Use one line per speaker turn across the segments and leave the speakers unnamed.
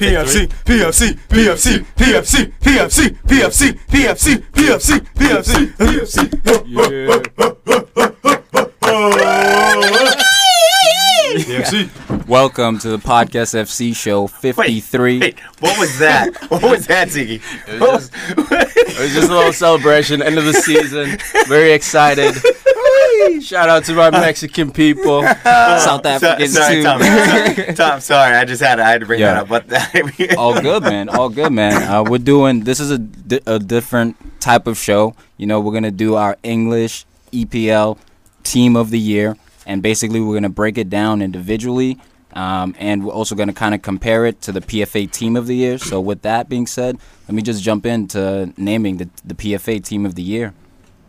PFC, PFC, PFC, PFC, PFC, PFC, PFC, PFC, PFC, PFC. PFC.
Welcome to the Podcast FC Show 53.
Wait, what was that? What was that, Ziggy? What was-
It was just a little celebration, end of the season. Very excited. Shout out to my Mexican people.
South African
So- sorry,
too.
Tom. Sorry, Tom, sorry. I just had I had to bring
Yeah.
that up. But
All good, man. All good, man. Uh, we're doing this is a, di- a different type of show. You know, we're gonna do our English EPL team of the year, and basically we're gonna break it down individually, um, and we're also gonna kind of compare it to the PFA team of the year. So, with that being said, let me just jump into naming the the PFA team of the year.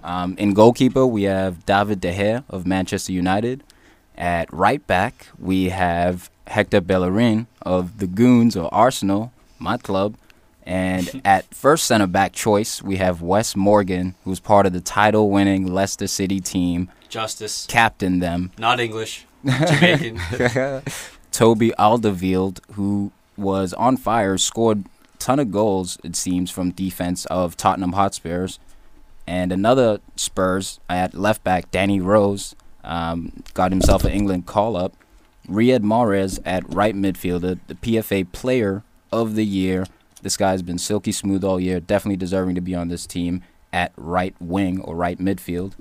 Um, in goalkeeper, we have David De Gea of Manchester United. At right back, we have Hector Bellerin of the Goons or Arsenal, my club. And at first center back choice, we have Wes Morgan, who's part of the title winning Leicester City team,
Justice.
captain them.
Not English. Jamaican.
Toby Alderweireld, who was on fire, scored ton of goals, it seems, from defense of Tottenham Hotspurs. And another Spurs at left back, Danny Rose, um, got himself an England call up. Riyad Mahrez at right midfielder, the PFA player of the year. This guy's been silky smooth all year, definitely deserving to be on this team at right wing or right midfield.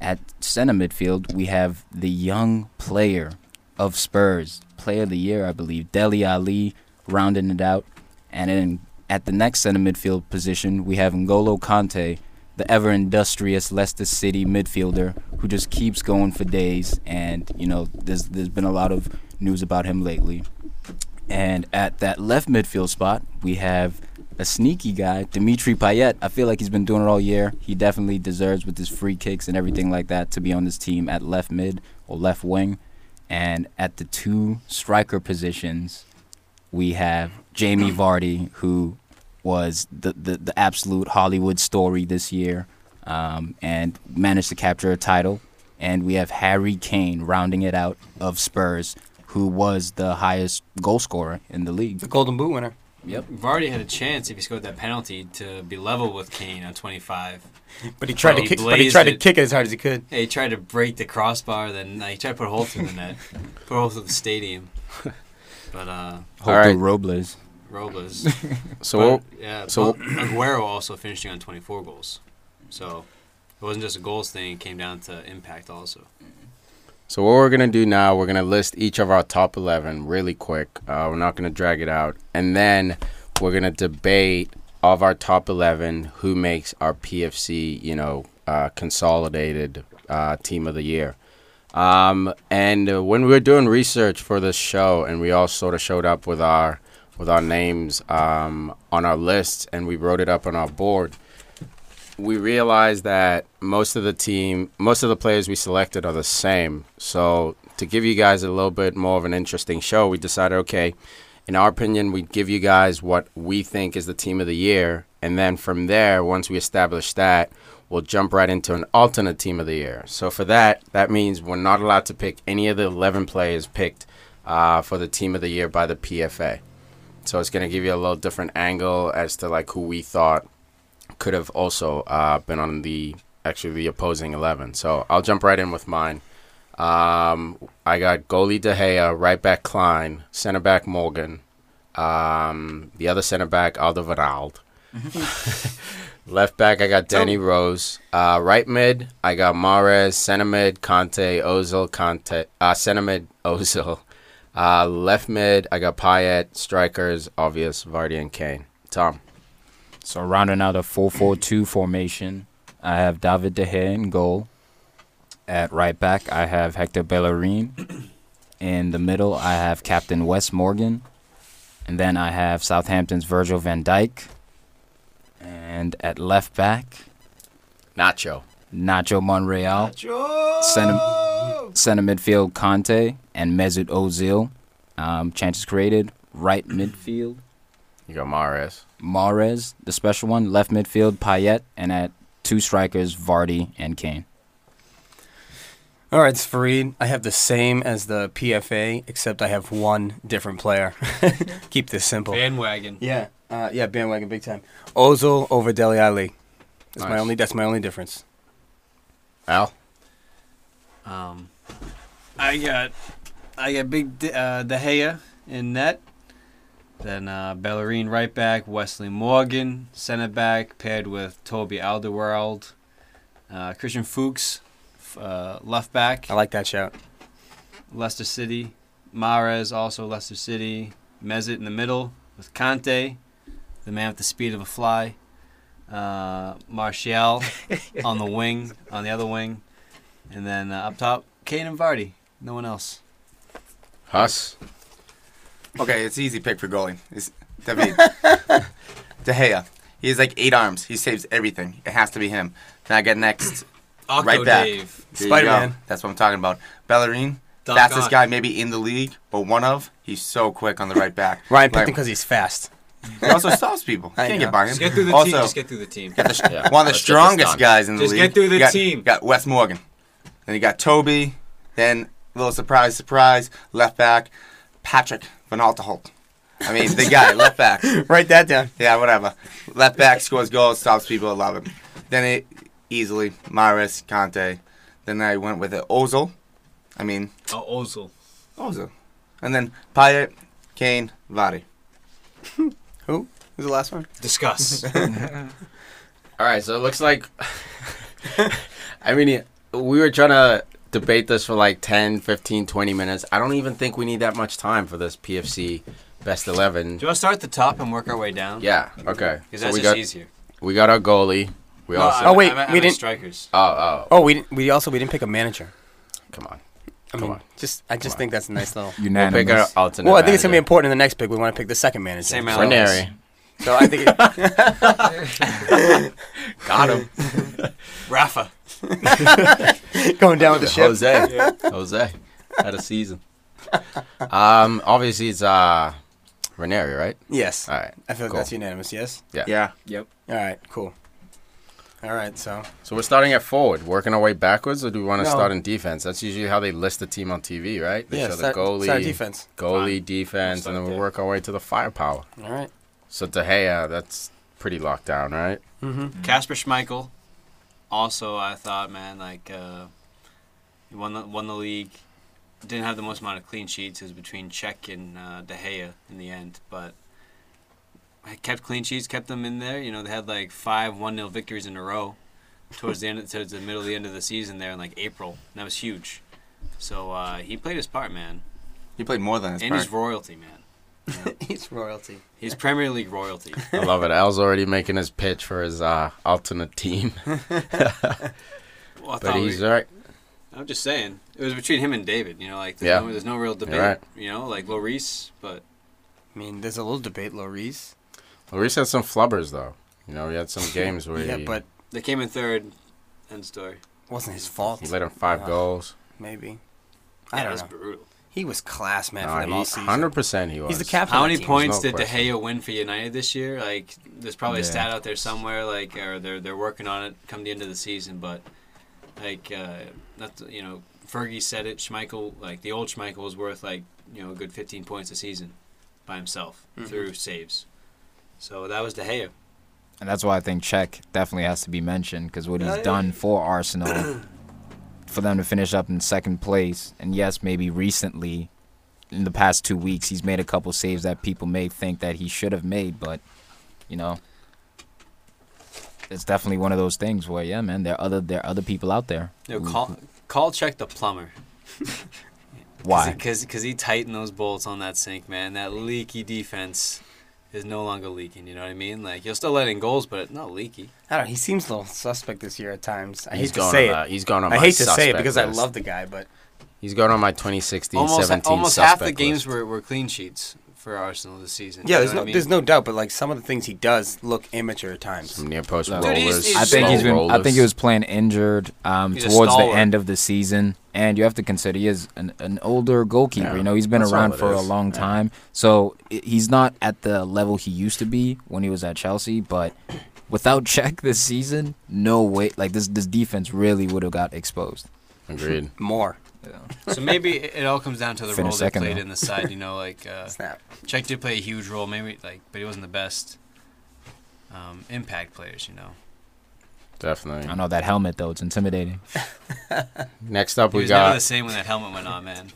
At center midfield, we have the young player of Spurs, player of the year, I believe, Deli Ali, rounding it out. And then at the next center midfield position, we have Ngolo Kante, the ever industrious Leicester City midfielder who just keeps going for days. And, you know, there's, there's been a lot of news about him lately. And at that left midfield spot, we have a sneaky guy, Dimitri Payet. I feel like he's been doing it all year. He definitely deserves, with his free kicks and everything like that, to be on this team at left mid or left wing. And at the two striker positions, we have Jamie Vardy, who was the, the, the absolute Hollywood story this year um, and managed to capture a title. And we have Harry Kane rounding it out of Spurs, who was the highest goal scorer in the league.
the Golden Boot winner.
Yep.
Vardy had a chance if he scored that penalty to be level with Kane on 25.
But he tried
Oh,
to
he
kick. But he
blazed
tried to
it.
kick it as hard as he could.
Yeah, he tried to break the crossbar, then like, he tried to put a hole through the net, put a hole through the stadium. But uh,
Hope
All right.
Robles.
Robles.
So
but,
we'll-
yeah,
so-
so Aguero also finishing on 24 goals. So it wasn't just a goals thing; it came down to impact also.
So what we're gonna do now, we're gonna list each of our top eleven really quick. Uh, we're not gonna drag it out, and then we're gonna debate of our top eleven who makes our PFC, you know, uh, consolidated uh, team of the year. Um, and uh, when we were doing research for this show, and we all sort of showed up with our with our names um, on our list, and we wrote it up on our board we realized that most of the team, most of the players we selected are the same. So to give you guys a little bit more of an interesting show, we decided okay, in our opinion, we'd give you guys what we think is the team of the year, and then from there, once we establish that, we'll jump right into an alternate team of the year. So for that, that means we're not allowed to pick any of the eleven players picked uh, for the team of the year by the PFA. So it's going to give you a little different angle as to like who we thought could have also uh, been on the actually the opposing eleven. So I'll jump right in with mine. Um, I got goalie De Gea, right back Klein, center back Morgan, um, the other center back Alderweireld. Left back, I got Danny Rose. Uh, right mid, I got Mares. Center mid, Conte. Ozil, Conte. Uh, center mid, Ozil. Uh, left mid, I got Payet. Strikers, obvious, Vardy and Kane. Tom.
So rounding out a 4-4-2 formation, I have David De Gea in goal. At right back, I have Hector Bellerin. In the middle, I have Captain Wes Morgan. And then I have Southampton's Virgil van Dijk. And at left back,
Nacho.
Nacho Monreal. Center, center midfield Conte and Mesut Ozil. Um, chances created. Right midfield,
You got Mares.
Mares, the special one, left midfield Payet, and at two strikers Vardy and Kane.
All right, Fareed. I have the same as the PFA, except I have one different player. Keep this simple.
Bandwagon.
Yeah, uh, yeah, bandwagon, big time. Ozil over Deli Ali. That's my
Nice.
only. That's my only difference.
Al?
Um, I got, I got big D- uh, De Gea in net. Then uh, Bellerin right back, Wesley Morgan center back paired with Toby Alderweireld, uh, Christian Fuchs, f- uh, left back,
I like that shout.
Leicester City, Mares also Leicester City, Mezit in the middle with Conte, the man with the speed of a fly, uh, Martial on the wing, on the other wing, and then uh, up top Kane and Vardy. No one else.
Huss?
Okay, it's an easy pick for goalie. It's David. De Gea. He has like eight arms. He saves everything. It has to be him. Then I get next.
Octo
Right back.
Dave.
There you
Spider-Man.
go. That's what I'm talking about. Bellerin.
Doc
fastest
Ock.
guy maybe in the league, but one of. He's so quick on the right back.
Ryan picked
Like,
him because he's fast.
He also stops people.
I
can't
know.
get by him.
Just get through the
also,
team. Just get through the team.
got the sh-
Yeah,
one of the
let's get this
strongest
done.
guys in the
Just
league.
get through the
You got,
team.
Got Wes Morgan. Then you got Toby. Then little surprise, surprise, left back, Patrick Van Alteholt. I mean, the guy, left back.
Write that down.
Yeah, whatever. Left back scores goals, stops people, love him. Then it easily Maris, Conte. Then I went with it, Ozil. I mean
Oh, Ozil.
Ozil. And then Payet, Kane, Vardy.
Who's the last one?
Discuss.
All right, so it looks like. I mean, we were trying to debate this for like 10, 15, 20 minutes. I don't even think we need that much time for this PFC Best 11.
Do you want to start at the top and work our way down?
Yeah, okay.
Because
So
that's
we,
just
got,
easier.
we got our goalie. We
No,
also.
I-
Oh, wait,
I meant- I
we
meant
didn't-
Strikers.
oh, oh,
Oh, we didn't, we also we didn't pick a manager.
come on.
I
Come
mean,
on.
just I just think that's a nice little.
We'll pick our
Unanimous.
alternate.
Well, I think it's gonna be
manager.
important in the next pick. We want to pick the second manager.
Same
So-
out.
Ranieri.
So I think. It,
Got him.
Rafa.
going down with the ship.
Jose. Jose had a season. Um, obviously it's uh, Ranieri, right?
Yes.
All right.
I feel like
Cool.
that's unanimous. Yes.
Yeah.
All right. Cool. All right. So
So we're starting at forward, working our way backwards, or do we want to
No.
start in defense? That's usually how they list the team on TV, right? They
yeah,
show
start,
the goalie,
start defense.
goalie defense,
Start
and then we
there.
work our way to the firepower.
All right.
So De Gea, that's pretty locked down, right?
Casper Schmeichel. Also, I thought, man, like uh, he won the won the league. Didn't have the most amount of clean sheets. It was between Czech and uh, De Gea in the end, but I kept clean sheets, kept them in there. You know, they had like five one 0 victories in a row towards the end, of, towards the middle of the end of the season there in like April. And that was huge. So uh, he played his part, man,
He played more than his
and
part.
his royalty, man.
He's royalty.
He's Premier League royalty.
I love it. Al's already making his pitch for his uh, alternate team,
Well, I
but
thought we-
he's uh, all right.
I'm just saying it was between him and David. You know, like there's,
Yeah.
no, there's no real debate.
right.
You know, like Lloris, but
I mean, there's a little debate, Loris.
Lloris had some flubbers though. You know, he had some games where
Yeah,
he,
but
they came in third. End story.
wasn't his fault.
he let in five
Uh,
goals.
Maybe.
Yeah,
I don't
that's
know.
brutal.
He was class, man, for them all season.
Hundred percent, he was.
He's the captain.
How
of that
many
team.
points
no
did De
question.
Gea win for United this year? Like, there's probably a
Yeah.
stat out there somewhere. Like, or they're they're working on it come the end of the season. But like, uh, that's you know, Fergie said it. Schmeichel, like the old Schmeichel, was worth like you know a good 15 points a season by himself
Mm-hmm.
through saves. So that was De Gea.
And that's why I think Czech definitely has to be mentioned because what
Yeah,
he's
yeah.
done for Arsenal, for them to finish up in second place, and yes, maybe recently, in the past two weeks, he's made a couple saves that people may think that he should have made, but you know, it's definitely one of those things where yeah, man, there are other there are other people out there.
No, call call check the plumber.
Why?
Because because he tightened those bolts on that sink, man. That leaky defense is no longer leaking. You know what I mean? Like you'll still let in goals, but it's not leaky.
I don't know. He seems a little suspect this year at times. I
He's
hate to
going
say
on
it.
the- he's going on
I
my
hate to say it
suspect
because I
list.
love the guy, but
He's going on my 2016
Almost uh,
17
almost half
suspect
the games
list.
were, were clean sheets for Arsenal this season.
yeah,
You
there's
know
no,
what I mean?
there's no doubt. But like some of the things he does look amateur at times.
Some near post
Dude,
rollers.
he's- he's-
I think he's
slow
been. I
rollers.
think he was playing injured um,
He's a
towards the
stalwart.
end of the season, and you have to consider he is an, an older goalkeeper.
Yeah,
you know, he's been
that's all
around
it
for a
is.
long
Yeah.
time, so i- he's not at the level he used to be when he was at Chelsea. But without check this season, no way. Like this, this defense really would have got exposed.
Agreed.
More.
Yeah.
So maybe it it all comes down to the
Finish
role they
second,
played
though.
in the side. You know, like uh,
Snap.
Czech did play a huge role, maybe like, but he wasn't the best um, impact players. You know,
Definitely.
I know that helmet though; it's intimidating.
Next up,
he
we
was never the
got
same when that helmet went on, man.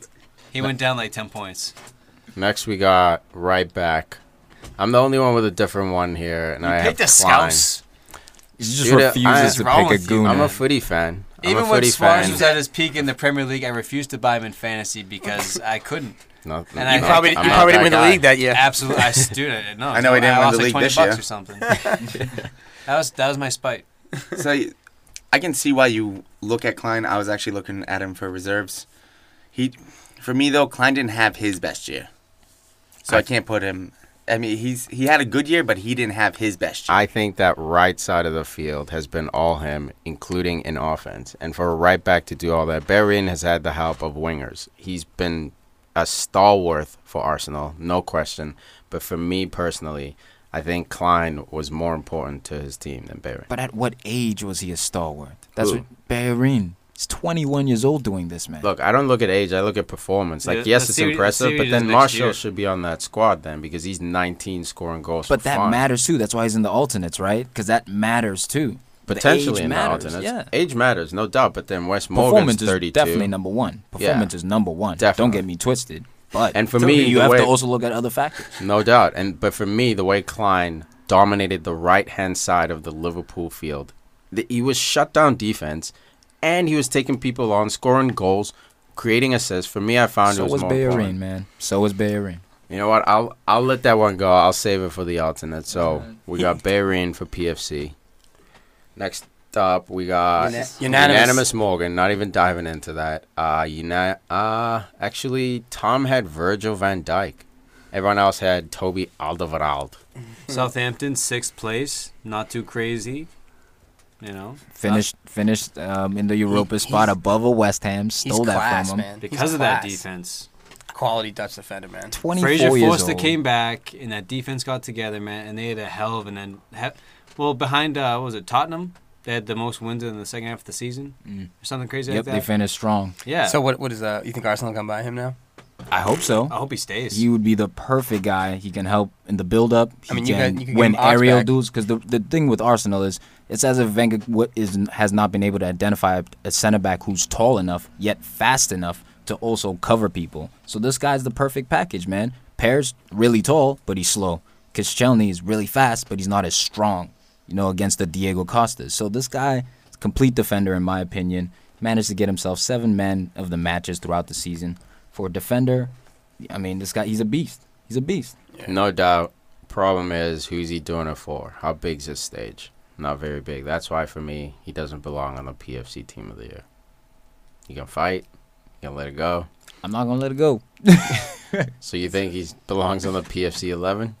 He went down like ten points.
next we got right back. I'm the only one with a different one here, and I have
picked a
Klein.
scouse.
He just
uh,
Dude, I-
refuses to
what's wrong
pick a
with you?
goon.
I'm a
man.
footy fan. I'm
Even
a
when
footy
Suarez
fan.
was at his peak in the Premier League, I refused to buy him in fantasy because I couldn't.
No,
And
no,
I
You probably, you
I'm not
probably
that
didn't win the
guy.
league that year.
Absolutely, I dude, I, no,
I know he didn't
I
win the
lost like
league
20
this
bucks
year.
or something. that was that was my spite.
So you- I can see why you look at Klein. I was actually looking at him for reserves. He, for me though, Klein didn't have his best year, so I, can't put him. I mean, he's he had a good year, but he didn't have his best year.
I think that right side of the field has been all him, including in offense. And for a right back to do all that, Berrien has had the help of wingers. He's been a stalwart for Arsenal, no question. But for me personally, I think Klein was more important to his team than Berrien.
But at what age was he a stalwart? That's
Who?
what Behrin. He's 21 years old doing this, man.
Look, I don't look at age. I look at performance. Like,
Yeah,
yes,
let's
it's
see what- let's
impressive,
see what
but
he
then
does next
Marshall
year.
should be on that squad then because he's 19 scoring goals.
but
for
that
fun.
matters too. That's why he's in the alternates, right? Because that matters too. The
Potentially
age
in the
matters,
alternates.
Yeah.
Age matters, no doubt. But then Wes Morgan's
Performance is
32.
definitely number one.
Yeah.
Performance is number one. Don't
Definitely.
get me twisted. But
And for
to
me,
you
the
have
way-
to also look at other factors.
No doubt. And but for me, the way Klein dominated the right hand side of the Liverpool field, the, he was shut down defense, and he was taking people on, scoring goals, creating assists. For me, I found
So
it was,
was
more important.
Behrin, man. So was Behrin.
You know what? I'll I'll let that one go. I'll save it for the alternate. So we got Bayern for PFC. Next up, we got
Una-
unanimous.
unanimous.
Morgan. Not even diving into that. Uh, uni- uh actually, Tom had Virgil Van Dyke. Everyone else had Toby Alderweireld.
Southampton sixth place, not too crazy. You know,
Finished,
Uh,
finished um, in the Europa
he's-
spot above a West Ham.
He's
Stole that
class,
from him.
man. He's
because of that
class.
defense.
Quality Dutch defender, man.
24
Fraser
years
Forster
old.
came back, and that defense got together, man, and they had a hell of an end. He- well, behind uh, what was it Tottenham? They had the most wins in the second half of the season,
Mm.
or something crazy
Yep, they
like that.
finished strong.
yeah,
So what? What is that? You think Arsenal come by him now?
I hope so.
I hope he stays.
He would be the perfect guy. He can help in the build up. He
I mean, you
can,
got- you can
win
give him Ox
aerial
back.
duels because the the thing with Arsenal is it's as if Wenger what is has not been able to identify a center back who's tall enough yet fast enough to also cover people. So this guy's the perfect package, man. Pear's really tall, but he's slow. Kichelny is really fast, but he's not as strong, you know, against the Diego Costas. So this guy, complete defender in my opinion, managed to get himself seven men of the matches throughout the season. For a defender, I mean, this guy, he's a beast. He's a beast.
No doubt. Problem is, who's he doing it for? How big's his stage? Not very big. That's why for me, he doesn't belong on the PFC team of the year. He can fight. He can let it go.
I'm not gonna let it go.
So you think he belongs on the PFC 11?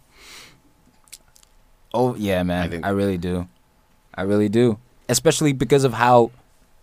Oh yeah, man. I,
I think-
really do. I really do. Especially because of how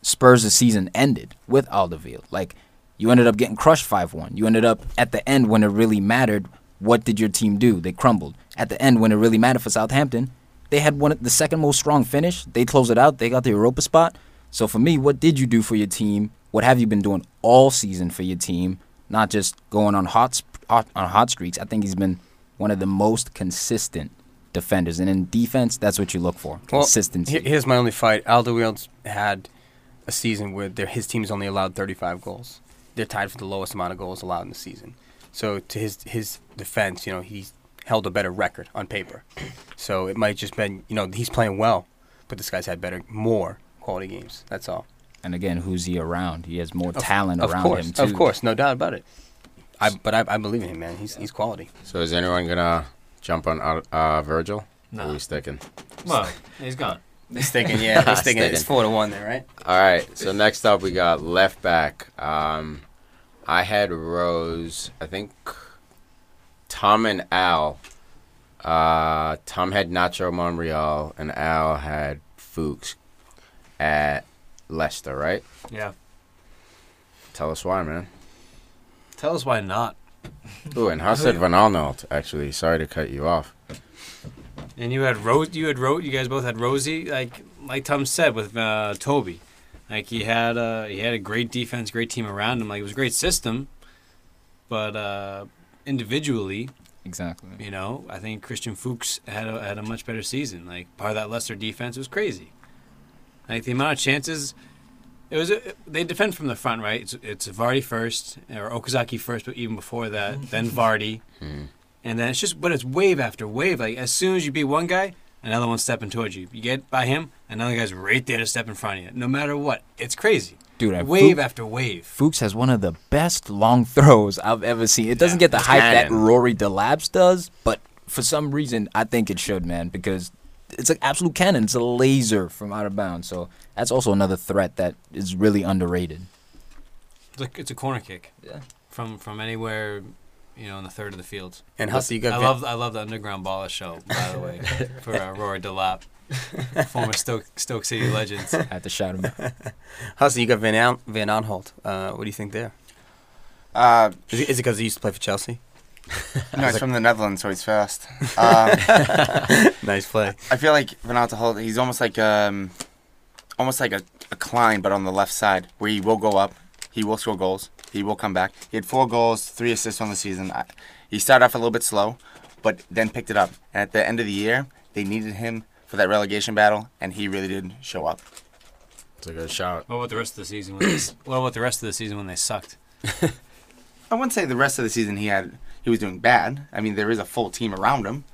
Spurs' season ended with Alderweireld. Like you ended up getting crushed five one. You ended up at the end when it really mattered. What did your team do? They crumbled. At the end when it really mattered for Southampton, they had one of the second most strong finish. They closed it out. They got the Europa spot. So for me, what did you do for your team? What have you been doing all season for your team? Not just going on hot, sp- hot on hot streaks. I think he's been one of the most consistent defenders, and in defense, that's what you look for:
Well,
consistency.
Here- here's my only fight. Alderweireld's had a season where their, his team's only allowed 35 goals. They're tied for the lowest amount of goals allowed in the season. So to his his defense, you know, he's held a better record on paper. So it might just been, you know, he's playing well, but this guy's had better, more quality games. That's all.
and again, who's he around? He has more
Of-
talent
of
around
course,
him too.
of course, no doubt about it. I, but I, I believe in him, man. He's he's quality.
So is anyone gonna jump on uh, uh, Virgil? Or Are
no,
we sticking?
well, he's gone.
He's thinking, yeah,
he's thinking it's
four to one there, right?
All right. So next up, we got left back. Um, I had Rose. I think Tom and Al. Uh, Tom had Nacho Monreal, and Al had Fuchs at Leicester. Right?
Yeah,
Tell us why, man.
tell us why not.
Ooh, and Hassan Van Arnold. Actually, sorry to cut you off.
And you had Rose. You had Rose. You guys both had Rosie. Like like Tom said with uh, Toby. Like he had a he had a great defense, great team around him. Like it was a great system, but uh, individually,
Exactly.
you know, I think Christian Fuchs had a, had a much better season. Like part of that Leicester defense was crazy. Like the amount of chances, it was they defend from the front, right? It's, it's Vardy first or Okazaki first, but even before that, then Vardy, and then it's just but it's wave after wave. Like as soon as you beat one guy, another one's stepping towards you. You get by him, another guy's right there to step in front of you. No matter what, it's crazy.
Dude, I
wave
Fuchs-
after wave.
Fuchs has one of the best long throws I've ever seen. It doesn't
Yeah,
get the hype that
cannon.
Rory DeLabs does, but for some reason, I think it should, man, because it's an absolute cannon. It's a laser from out of bounds. So that's also another threat that is really underrated.
It's a, it's a corner kick
Yeah.
from from anywhere, you know, in the third of the field.
And Hussey, you got
I
Van-
love I love the underground baller show by the way for uh, Rory Delap, former Stoke Stoke City legend.
I had to shout him. out.
Hussey, you got Van Al- Van Aanholt. Uh, what do you think there?
Uh,
Is it because he used to play for Chelsea?
no, he's from the Netherlands, so he's fast. Um,
Nice play.
I feel like Renato Holt, he's almost like um, almost like a, a Klein, but on the left side, where he will go up, he will score goals, he will come back. He had four goals, three assists on the season. I, he started off a little bit slow, but then picked it up. And at the end of the year, they needed him for that relegation battle, and he really did show up.
It's a good shot.
What about the rest of the season? When they, s- what about the rest of the season when they sucked?
I wouldn't say the rest of the season he had he was doing bad. I mean, there is a full team around him,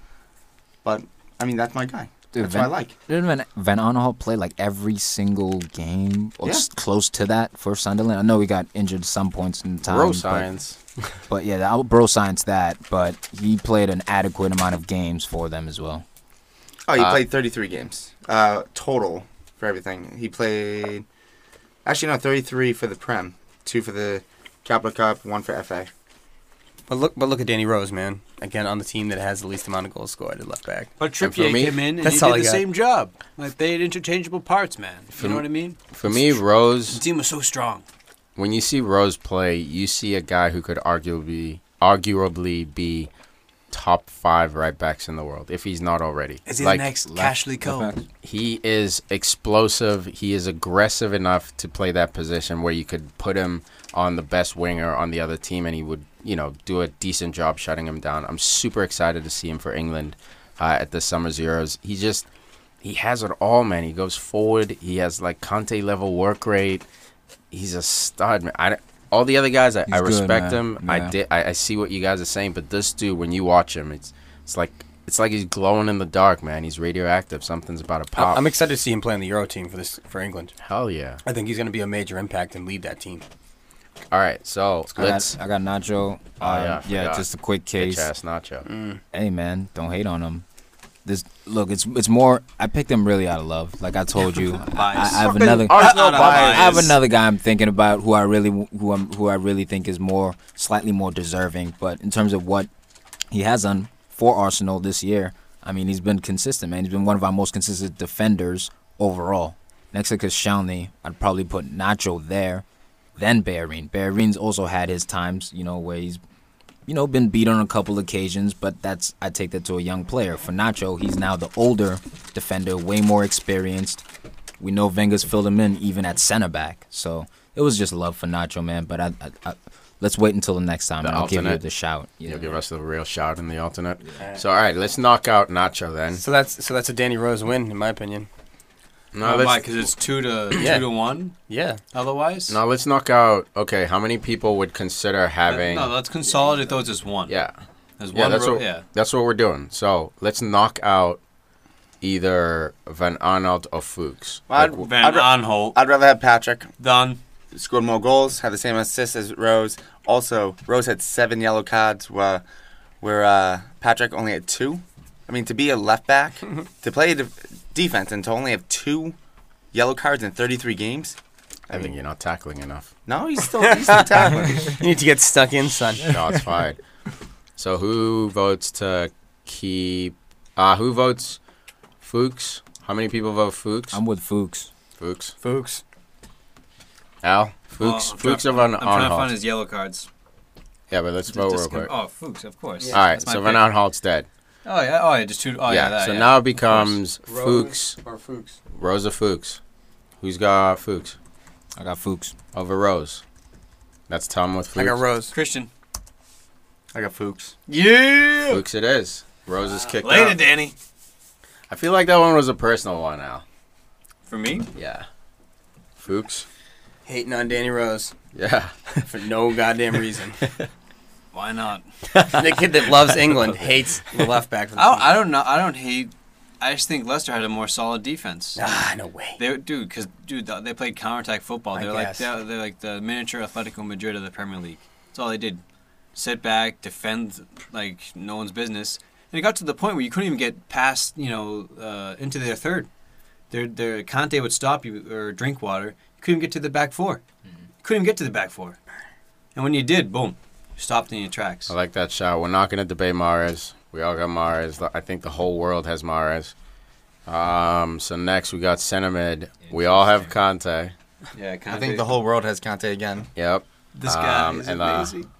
but I mean that's my guy.
Dude,
that's
Van-
what I like.
Didn't Van, Van Aanholt play like every single game or
Yeah.
s- close to that for Sunderland? I know he got injured some points in time.
Bro
but-
science.
But, yeah, that, I'll bro science that, but he played an adequate amount of games for them as well.
Oh, he
Uh,
played 33 games uh, total for everything. He played actually no 33 for the Prem, two for the Capital Cup, one for FA.
But look, but look at Danny Rose, man. Again, on the team that has the least amount of goals scored at left back.
But
And for Trippier
Trippier
me-
came in and
That's he
he
all
did
did
the
I the got.
same
same
job. Like they had interchangeable parts, man. You know what I mean?
For me,
The
Rose.
team was so strong.
When you see Rose play, you see a guy who could arguably, arguably be top five right backs in the world if he's not already.
Is he
Like,
the next
left-
Cashley Cole?
He is explosive. He is aggressive enough to play that position where you could put him on the best winger on the other team, and he would, you know, do a decent job shutting him down. I'm super excited to see him for England uh, at the summer's Euros. He just he has it all, man. He goes forward. He has like Conte level work rate. He's a stud, man. I, don't- all the other guys, I,
He's
I
good,
respect
man.
him. I
Yeah.
did. I, I see what you guys are saying, but this dude, when you watch him, it's it's like it's like he's glowing in the dark, man. He's radioactive. Something's about to
I-
pop.
I'm excited to see him play on the Euro team for this for England.
Hell yeah!
I think he's going to be a major impact and lead that team.
All right, so
I
let's
got, I got Nacho.
Oh,
um,
yeah, I
yeah,
forgot.
just a quick
bitch
case.
ass nacho.
Hey man, don't hate on him. This look, it's it's more. I picked him really out of love. Like I told you, I, I have another.
Arsenal
I have
bias.
another guy I'm thinking about who I really who I'm who I really think is more slightly more deserving. But in terms of what he has done for Arsenal this year, I mean he's been consistent, man. He's been one of our most consistent defenders overall. Next to Koscielny, I'd probably put Nacho there, then Bellerin. Bellerin's also had his times, you know, where he's you know, been beat on a couple occasions, but that's I take that to a young player. For Nacho, he's now the older defender, way more experienced. We know Wenger's filled him in even at center back, so it was just love for Nacho, man. But I, I, I let's wait until the next time.
The
and I'll give you
alternate.
the shout. Yeah.
You'll give us the real shout in the alternate. So all right, let's knock out Nacho then.
So that's so that's a Danny Rose win, in my opinion.
No,
why?
let's
Because it's two to
Yeah.
two to one.
Yeah,
Otherwise,
no, let's knock out. Okay, how many people would consider having?
Uh, no. Let's consolidate those as one.
yeah,
as
yeah,
one.
that's
ro-
what
yeah.
that's what we're doing. So let's knock out either Van Arnold or Fuchs.
Well, I'd-
Like,
Van Aanholt
I'd rather have Patrick
done.
scored more goals, had the same assists as Rose. Also, Rose had seven yellow cards, where where uh, Patrick only had two. I mean, to be a left back, to play de- defense, and to only have two yellow cards in 33 games.
I think you're not tackling enough.
No, he's still he's still tackling.
you need to get stuck in, son.
Shots fired. So who votes to keep? Uh, who votes Fuchs? How many people vote Fuchs?
I'm with Fuchs.
Fuchs.
Fuchs.
Al. Fuchs.
Oh, I'm
Fuchs
try-
or Van
I'm trying to
Arnold.
find his yellow cards.
Yeah, but let's
Just-
vote real
just com-
quick.
Oh, Fuchs, of course.
All right,
That's my
so Van
pick.
Arnold's dead.
Oh yeah, oh yeah, just two. Oh yeah,
yeah,
that,
so
yeah.
now it becomes Fuchs,
or Fuchs.
Rosa Fuchs. Who's got Fuchs?
I got Fuchs.
over Rose. That's Tom with
I
Fuchs.
got Rose.
Christian.
I got Fuchs.
Yeah.
Fuchs it is. Rose is kicked
Ah. Later,
out.
Danny.
I feel like that one was a personal one, Al.
For me,
Yeah. Fuchs?
Hating on Danny Rose
Yeah.
for no goddamn reason.
why not?
the kid that loves England hates the left back. For the team.
I, I don't know. I don't hate. I just think Leicester had a more solid defense.
ah, no way.
They were- dude, because dude, th- they played counterattack football.
I
They're like
guess.
they're, they're like the miniature Atletico Madrid of the Premier League. That's all they did: sit back, defend like no one's business. And it got to the point where you couldn't even get past, you know, uh, into their third. Their their Conte would stop you or drink water. You couldn't get to the back 4
Mm-hmm.
You couldn't even get to the back four. And when you did, boom, you stopped in your tracks.
I like that shot. We're not going to debate Mares. We all got Mares. I think the whole world has Mares. Um, so next we got Cinemid. We all have Conte.
yeah, Conte.
I think the whole world has Conte again.
Yep.
this guy
um,
is
and, uh,
amazing.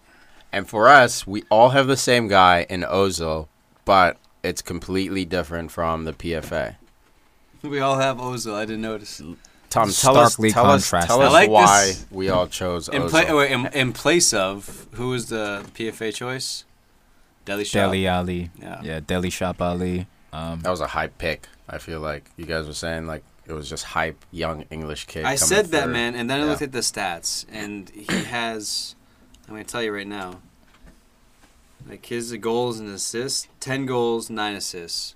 And for us, we all have the same guy in Ozil, but it's completely different from the PFA.
we all have Ozil. I didn't notice.
Tom, tell us,
Starkly
tell us,
contrasted.
tell
I
us
like
why
this-
we all chose
In,
Ozil.
pla- oh, wait, in, in place of who was the PFA choice? Deli Shah.
Delhi Ali.
Yeah.
Yeah, Delhi Shop Ali. Um,
That was a hype pick. I feel like you guys were saying like it was just hype, young English kid.
I
coming
said that
through.
man, and then I
Yeah.
looked at the stats, and he has. I'm gonna tell you right now. Like his goals and assists, ten goals, nine assists,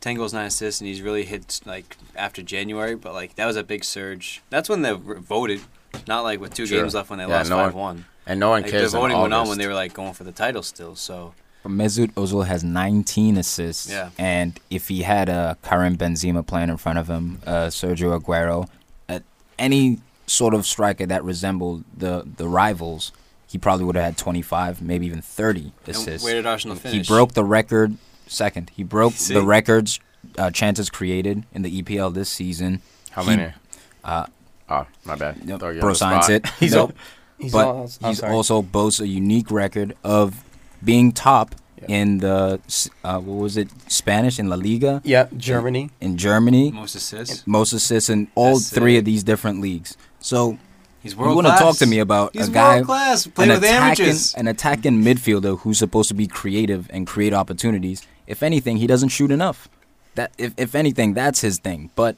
ten goals, nine assists, and he's really hit like after January. But like that was a big surge. That's when they r- voted, not like with two
Sure.
games left when they
Yeah,
lost
no one
five one.
And no one
Like the
cares. in
voting went on
August.
when they were like going for the title still. So
Mesut Ozil has 19 assists.
Yeah.
And if he had a Karim Benzema playing in front of him, uh, Sergio Aguero, uh, any sort of striker that resembled the, the rivals, he probably would have had 25, maybe even 30
and
assists.
where did Arsenal
he
finish?
broke the record second. He broke
See?
the records uh, chances created in the EPL this season.
How
He-
many?
uh,
oh, my bad.
No,
Thought you were on
bro
the spot.
science it.
He's
No,
all, he's
but
all, I'm
he's
sorry.
also boasts a unique record of being top
Yeah.
in the s- uh, what was it Spanish in La Liga
yeah Germany.
in Germany,
most assists.
most assists in all
That's
three
it.
of these different leagues. So
He's
you want to talk to me about
He's
a guy,
world class.
an
Play with
attacking,
amateurs.
an attacking midfielder who's supposed to be creative and create opportunities. If anything, he doesn't shoot enough. That if if anything, that's his thing. But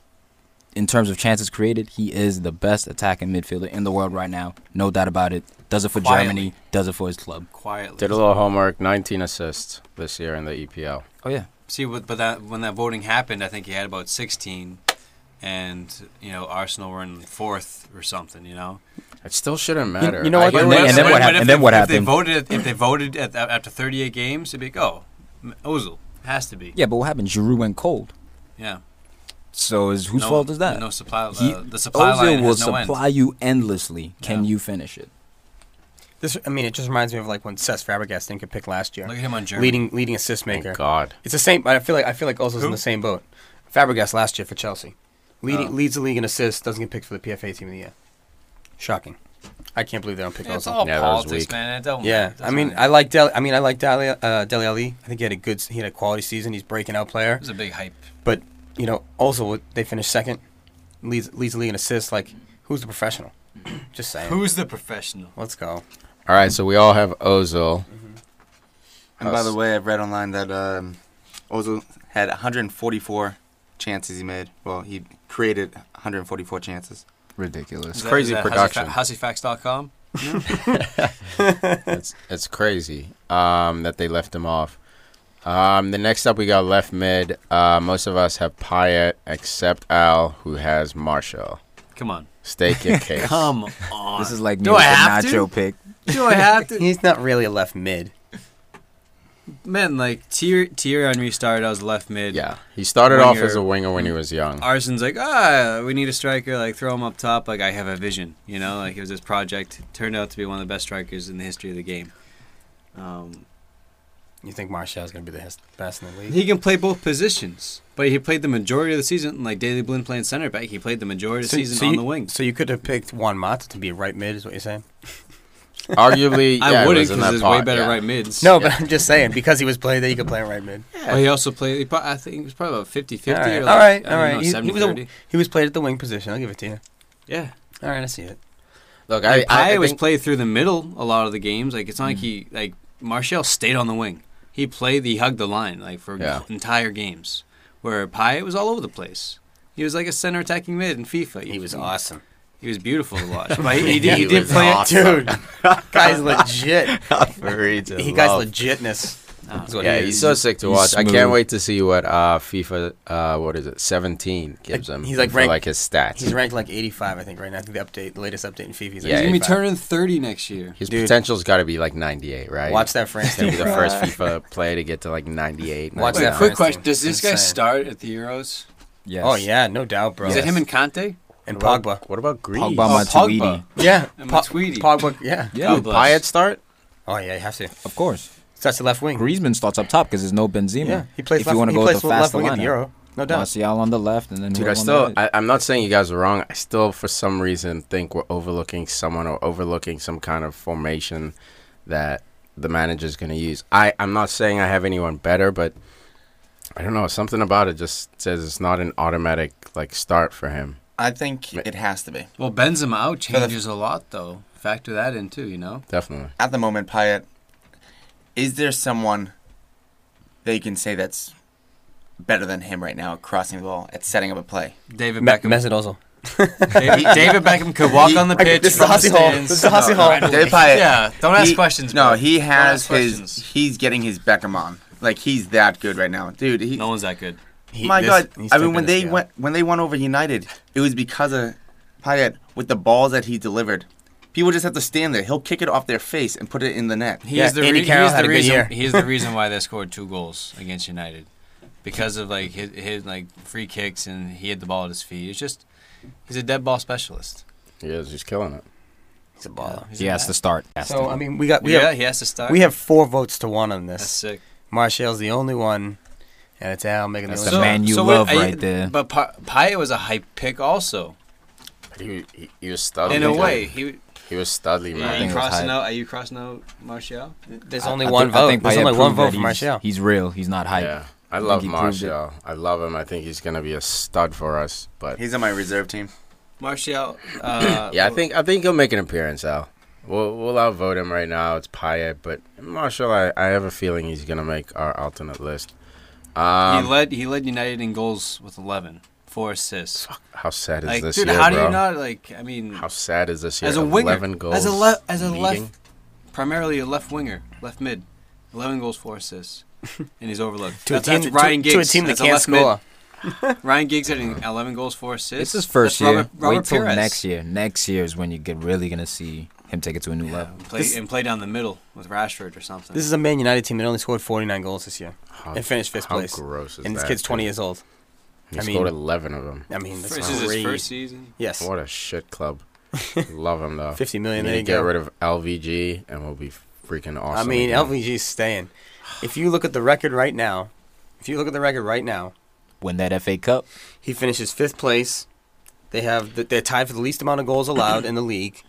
in terms of chances created, he is the best attacking midfielder in the world right now. No doubt about it. Does it for
Quietly.
Germany. Does it for his club.
Quietly.
Did a little homework. 19 assists this year in the E EPL.
Oh yeah.
See, but, but that when that voting happened, I think he had about 16, and you know Arsenal were in fourth or something. You know.
It still shouldn't matter.
you know
I
what,
hear
though?
you're
And then- and then
what
but
hap-
if
and
they-
then what
If they
happened?
voted, if they voted at, at- after 38 games, it'd be like, oh, M- Ozil has to be.
Yeah, but what happened? Giroud went cold.
Yeah.
So is whose
No-
fault is that?
No supply.
He-
uh, the supply
Ozil
line
will
has no
supply you endlessly. Can
Yeah.
you finish it?
This I mean, it just reminds me of like when Cesc Fabregas didn't get picked last year,
end. Look at him on Germany.
leading leading assist
saying-
maker.
Thank God.
It's the same. I feel like I feel like Ozil's
Who?
in the same boat. Fabregas last year for Chelsea, leading
Oh.
leads the league in assists, doesn't get picked for the PFA team of the year. Shocking. I can't believe they don't pick
Yeah, it's
Ozil.
all
Yeah, that was
politics,
weak.
man. It don't
Yeah,
matter.
I mean,
Doesn't
I
matter.
like Del. I mean, I like Dali, uh, Deli Ali. I think he had a good, he had a quality season. He's breaking out player.
it was a big hype.
But you know, also they finished second, leads leads the league in assists. Like, who's the professional? Just saying.
Who's the professional?
Let's go.
All right, so we all have Ozil.
And by the way, I've read online that um, Ozil had 144 chances he made. Well, he created 144 chances.
Ridiculous.
It's
crazy production.
Housyfacts.com.
It's, it's crazy um, that they left him off. Um, the next up, we got left mid. Uh, most of us have Payet, except Al, who has Marshall.
Come on.
Stake your case.
Come on.
This is like me
Do
with
I have
the
to?
nacho pick.
Do I have to?
He's not really a left mid.
Man, like Tier Tier Henry started as left mid.
Yeah, he started
When
off
you're-
as a winger when he was young.
Arsen's like, ah, we need a striker. Like, throw him up top. Like, I have a vision. You know, like it was this project. Turned out to be one of the best strikers in the history of the game. Um,
You think Martial's gonna be the best- best in the league?
he can play both positions, but he played the majority of the season. Like Daley Blind playing center back, he played the majority of the season on
you,
the wing.
So you could have picked Juan Mata to be right mid, is what you're saying?
Arguably, yeah,
I
it
wouldn't
was in
because
that
there's way
pot,
better
yeah.
right mids.
No, but I'm just saying because he was playing there, you could play him right mid.
but he also played. He, pro- I think it was probably about 50-50
All right,
or like,
all right,
I don't
all right.
know,
He- he was a-
70-30.
He was played at the wing position. I'll give it to you.
Yeah,
All right, I see it.
Look, I,
Like,
I,
Pye
I
was
think- Mm-hmm.
played through the middle a lot of the games. Like it's not like he like Marshall stayed on the wing. He played. He hugged the line like for
Yeah.
entire games. Where Pye was all over the place. He was like a center attacking mid in FIFA.
He was awesome.
He was beautiful to watch. But he, he did, he
He
did
was
play
awesome.
Dude, guy's legit.
Outrageous.
He guy's legitness. That's what
yeah,
he
he's
is.
so sick to
he's
watch. I can't
smooth.
wait to see what uh, FIFA, uh, what is it, 17 gives him.
he's like
for
ranked-
like his stats.
He's ranked like 85, I think, right now. I think the update, the latest update in FIFA. He's like
Yeah,
He's gonna be
he
85.
turning thirty next year.
his
dude.
potential's got to be like 98, right?
Watch that France
He's gonna
team.
be the first FIFA player to get to like 98.
Watch
Wait,
that
99.
quick
first
question:
team.
Does this guy
Insane.
start at the Euros?
Yes.
Oh yeah, no doubt, bro.
Is it him and Conte?
What
and Pogba?
about- What about Greece?
Pogba
Oh,
Matuidi.
Pogba.
Yeah,
And
Po-
Matuidi.
Pogba. Yeah.
Yeah,
God bless.
Payet start?
Oh yeah, you have to.
of course.
Starts the left wing.
Griezmann starts up top because there's no Benzema.
Yeah, he plays.
If
left,
you want to
he
go
plays
with the faster
left wing at
lineup,
the Euro. No doubt.
Martial on the left, and then
Dude,
whoever
I
on the
still,
right.
I, I'm not saying you guys are wrong. I still, for some reason, think we're overlooking someone or overlooking some kind of formation that the manager's going to use. I, I'm not saying I have anyone better, but I don't know. Something about it just says it's not an automatic like start for him.
I think it has to be.
Well, Benzema out
For the-
changes a lot though. Factor that in too. You know.
Definitely.
At the moment, Pyatt, is there someone that you can say that's better than him right now at crossing the ball, at setting up a play?
David
Me-
Beckham.
Mesut Ozil.
David, David Beckham could walk on the
I-
pitch.
this is
from
Hussey Hall.
stands.
This is Hussey
No,
Hall.
right away.
David Pyatt.
Yeah, don't ask
He-
questions.
No,
bro.
he
Don't
has
ask
his.
questions.
He's getting his Beckham on. Like he's that good right now, dude. He,
No one's that good.
He-
my
this-
God,
he's
I mean,
taking
when
this
they
guy out.
went when they won over United, it was because of Payet with the balls that he delivered. People just have to stand there. He'll kick it off their face and put it in the net.
He
Yeah,
is the,
Andy
re- he
Carroll
is
had a
the
good year.
reason. He is the reason why they scored two goals against United, because of like his, his like free kicks and he had the ball at his feet. It's just he's a dead ball specialist.
He is. He's killing it.
He's a baller.
He's
he
a
has
bat.
to start. Has
So
to.
I mean, we got we
yeah,
have
he has to start.
we have four votes to one on
that's
this.
sick.
Martial's the only one, and it's Al making
That's
the
the
only.
man you
what-
love
are
right there.
But Pa- Payet was a hype pick also.
He, he, he was studly.
In a
dude.
way, he.
He was studly,
Are you
man.
think it was
crossing
hype.
out? Are you crossing out Martial?
There's
I-
only
I
one
think-
vote.
I think
There's
Payet
only one
proved
vote
that
for
he's-
Martial.
He's real. He's not hype.
Yeah. I
think
love
he proved it.
Martial. I love him. I think he's going to be a stud for us. But
He's on my reserve team.
Martial. Uh,
Yeah, I think I think he'll make an appearance, Al. We'll we'll outvote him right now. It's Payet, but Marshall, I, I have a feeling he's gonna make our alternate list.
he
Um,
led he led United in goals with 11, four assists.
how sad is
Like,
this
dude,
year,
how
bro?
do you not like? I mean,
how sad is this year?
as a winger,
eleven goals,
as a left, as a
leading?
left, primarily a left winger, left mid, eleven goals, four assists, and he's overlooked.
To a
that's,
team,
that's
that-
Ryan
to,
Giggs.
to a team that
that's a
can't
left mid.
score.
Ryan Giggs had an eleven goals, four assists.
It's his first
That's
year.
Robert, Robert
Wait till
Perez.
next year. Next year is when you get really gonna see him take it to a new level.
And play, and play down the middle with Rashford or something.
This is a Man United team that only scored 49 goals this year,
How,
and finished fifth
how
place.
gross is
and this
that,
kid's 20
dude?
years old.
He
I mean-
scored eleven of them.
I mean, that's
this is
crazy.
his first season.
Yes,
What a shit club. love him though.
50
We
million.
need
There
to
you
get
go.
rid of LVG, and we'll be freaking
I
awesome.
mean,
again.
LVG's staying. If you look at the record right now, if you look at the record right now,
Win that FA Cup.
he finishes fifth place. They have the, they're tied for the least amount of goals allowed in the league.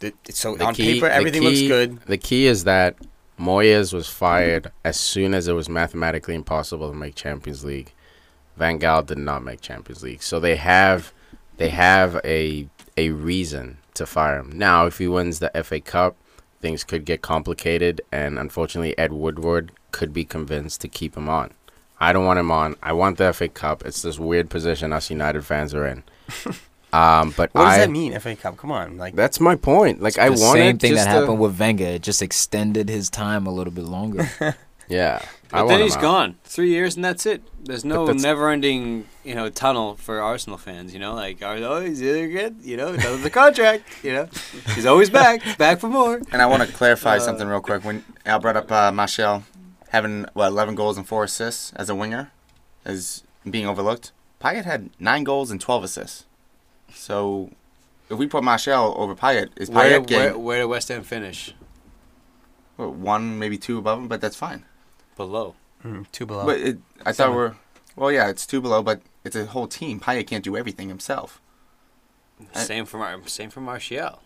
The- so
The
on
key-
paper,
the
everything looks
key-
good.
The key is that Moyes was fired as soon as it was mathematically impossible to make Champions League. Van Gaal did not make Champions League, so they have they have a a reason to fire him. Now, if he wins the FA Cup, things could get complicated, and unfortunately, Ed Woodward could be convinced to keep him on. I don't want him on. I want the FA Cup. It's this weird position us United fans are in. Um, but
What does
I,
that mean, FA Cup? Come on, like
That's my point. Like I
the
wanted
same thing
just
that
uh,
to-
happened with Wenger. It just extended his time a little bit longer.
Yeah,
But
want
then
him
he's
out.
gone. Three years and that's it. There's no
that's-
never-ending, you know, tunnel for Arsenal fans. You know, like, are- oh, he's either good, you know, another the contract. You know, he's always back, back for more.
And I want to clarify
Uh,
something real quick. When Al brought up uh, Martial having what 11 goals and four assists as a winger, as being overlooked, Payet had nine goals and 12 assists. So if we put Martial over Payet, is
Where,
Payet
where,
getting
where did West Ham finish?
what, one, maybe two above him? But that's fine.
Below.
mm, two below.
But it, I
Seven.
thought we're well, yeah, it's two below, but it's a whole team. Payet can't do everything himself. I-
Same for Mar- same for Martial,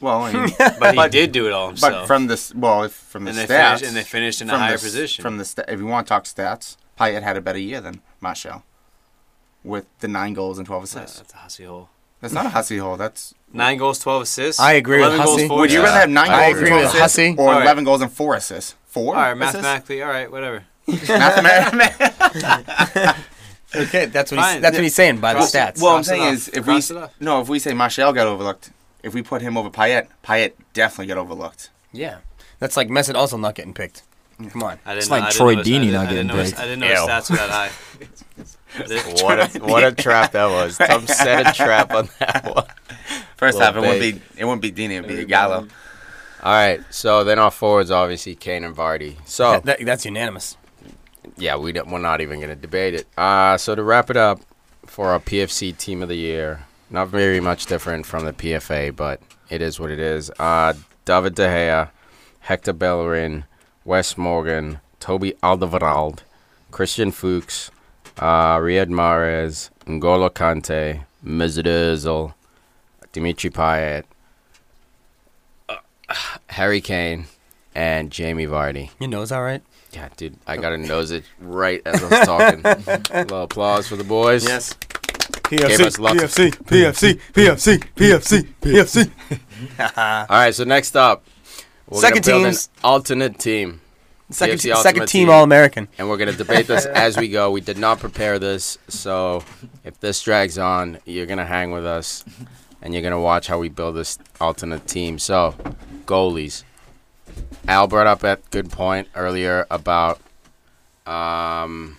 Well, I mean,
but he
But-
did do it all
but
himself.
from this, well, if from the
and they
stats,
finished, and they finished in a
from
higher
the s-
position.
From the sta- if you want to talk stats, Payet had a better year than Martial with the nine goals and twelve
Uh,
assists.
that's a hussy hole.
That's not a hussy hole. That's
Nine goals, twelve assists.
I agree with
11
Hussey.
goals, four
Would you
assists.
rather have nine
I
goals and
agree
twelve
with
assists,
Hussey.
or
All right.
eleven goals and four assists? Four.
All right,
assists?
mathematically, all right, whatever.
Mathematically.
Okay, that's what he's,
Fine.
that's what he's saying by the
Cross it.
stats.
well, I'm
Cross it
saying
off.
is if we
Cross
s-
it off.
no, if we say Martial got overlooked, if we put him over Payet, Payet definitely got overlooked.
yeah, that's like Mesut also not getting picked. Come on,
I didn't,
It's
know-
like
I didn't
Troy
know his- I
Deeney
didn't-
not
I
getting
didn't know his-
picked.
I didn't know his
Ew.
stats were that high.
What a, what a trap that was. Tom set a trap on that one.
First
Little
off, it wouldn't
big.
be it wouldn't be Dini, it'd be Gallo.
All right, so then our forwards obviously Kane and Vardy. So
That- that- that's unanimous.
yeah, we don't, we're not even going to debate it. Uh, so to wrap it up for our PFC Team of the Year, not very much different from the PFA, but it is what it is. Uh, David De Gea, Hector Bellerin, Wes Morgan, Toby Alderweireld, Christian Fuchs, uh, Riyad Mahrez, N'Golo Kante, Mesut Ozil, Dimitri Payet, uh, Harry Kane, and Jamie Vardy.
Your nose all right?
Yeah, dude, I
Oh.
got to nose it right as I was talking. a little applause for the boys.
PFC,
us lots of-
PFC, PFC, PFC, PFC, PFC,
All right, so next up, we're
Second
gonna build
teams.
an alternate team,
Second,
PFC
second
Ultimate
team
Team.
All American.
and we're gonna debate this as we go. We did not prepare this, so if this drags on, you're gonna hang with us, and you're gonna watch how we build this alternate team. So, goalies. Al brought up at good point earlier about um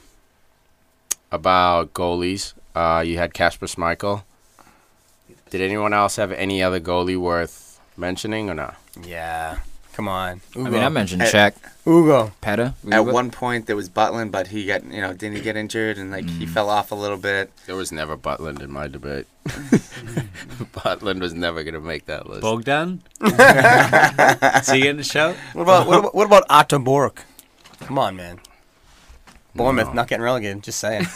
about goalies. Uh, you had Casper Schmeichel. Did anyone else have any other goalie worth mentioning or not?
Yeah, come on, Ugo.
I mean, I mentioned
At-
Shaq,
Ugo.
Petta. we
At
were-
one point there was Butlin, but he got you know didn't he get injured and like he fell off a little bit.
There was never Butland in my debate. Butland was never gonna make that list.
Bogdan? Is he getting a shout?
What about what about, what about Otto Bork? Come on, man. Bournemouth
No.
not getting relegated. Just saying.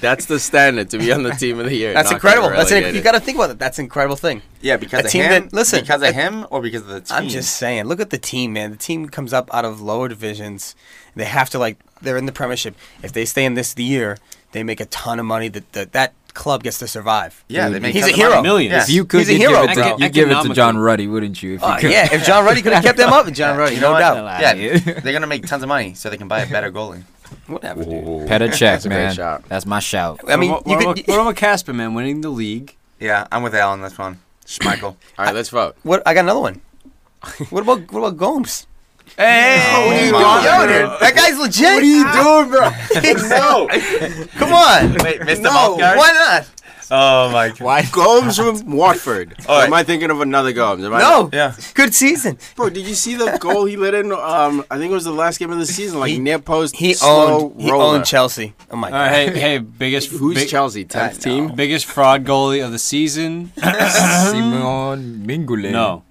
That's the standard to be on the team of the year.
That's
not
incredible.
get
That's an, you
relegated.
got to think about it. That's an incredible thing.
Yeah, because
A
of
team
him.
that- listen,
because of
a-
him or because of the team.
I'm just saying. Look at the team, man. The team comes up out of lower divisions. They have to like they're in the Premiership. If they stay in this year, they make a ton of money. That that, that club gets to survive.
yeah, they
Dude,
make
he's a
tons of money.
hero.
Millions.
Yeah.
If you could,
He's a
you'd
hero,
give it to,
bro.
you'd give it to John
Economically.
Ruddy, wouldn't you? If you
Oh,
could.
yeah, if John Ruddy could have kept them up, John Ruddy, no doubt.
Yeah,
yeah.
they're gonna make tons of money, so they can buy a better goalie.
Whatever, dude.
Ooh.
Petta
That's
Shaq,
a great
man.
shout.
That's my shout.
I mean,
what,
you
what,
could.
about- what about Casper, man, winning the league?
Yeah, I'm with Al on this one. Schmeichel.
All right, let's vote.
What I got another one. What about what about Gomes?
Hey,
Yo, dude, that guy's legit. What are you doing, bro?
no,
Come on.
wait, Mr.
No,
Mouthguard?
why not?
Oh my god.
Why Gomes from Watford?
All
Or
right.
Am I thinking of another Gomes? Am I-
No,
Yeah.
good season.
bro. Did you see the goal he let in? Um, I think it was the last game of the season, like
He-
near post.
He
slow
owned he
roller.
owned Chelsea. Oh my
All right,
god.
hey, hey, biggest
Who's
big-
Chelsea? Tenth team.
biggest fraud goalie of the season?
Simon Mingule.
no,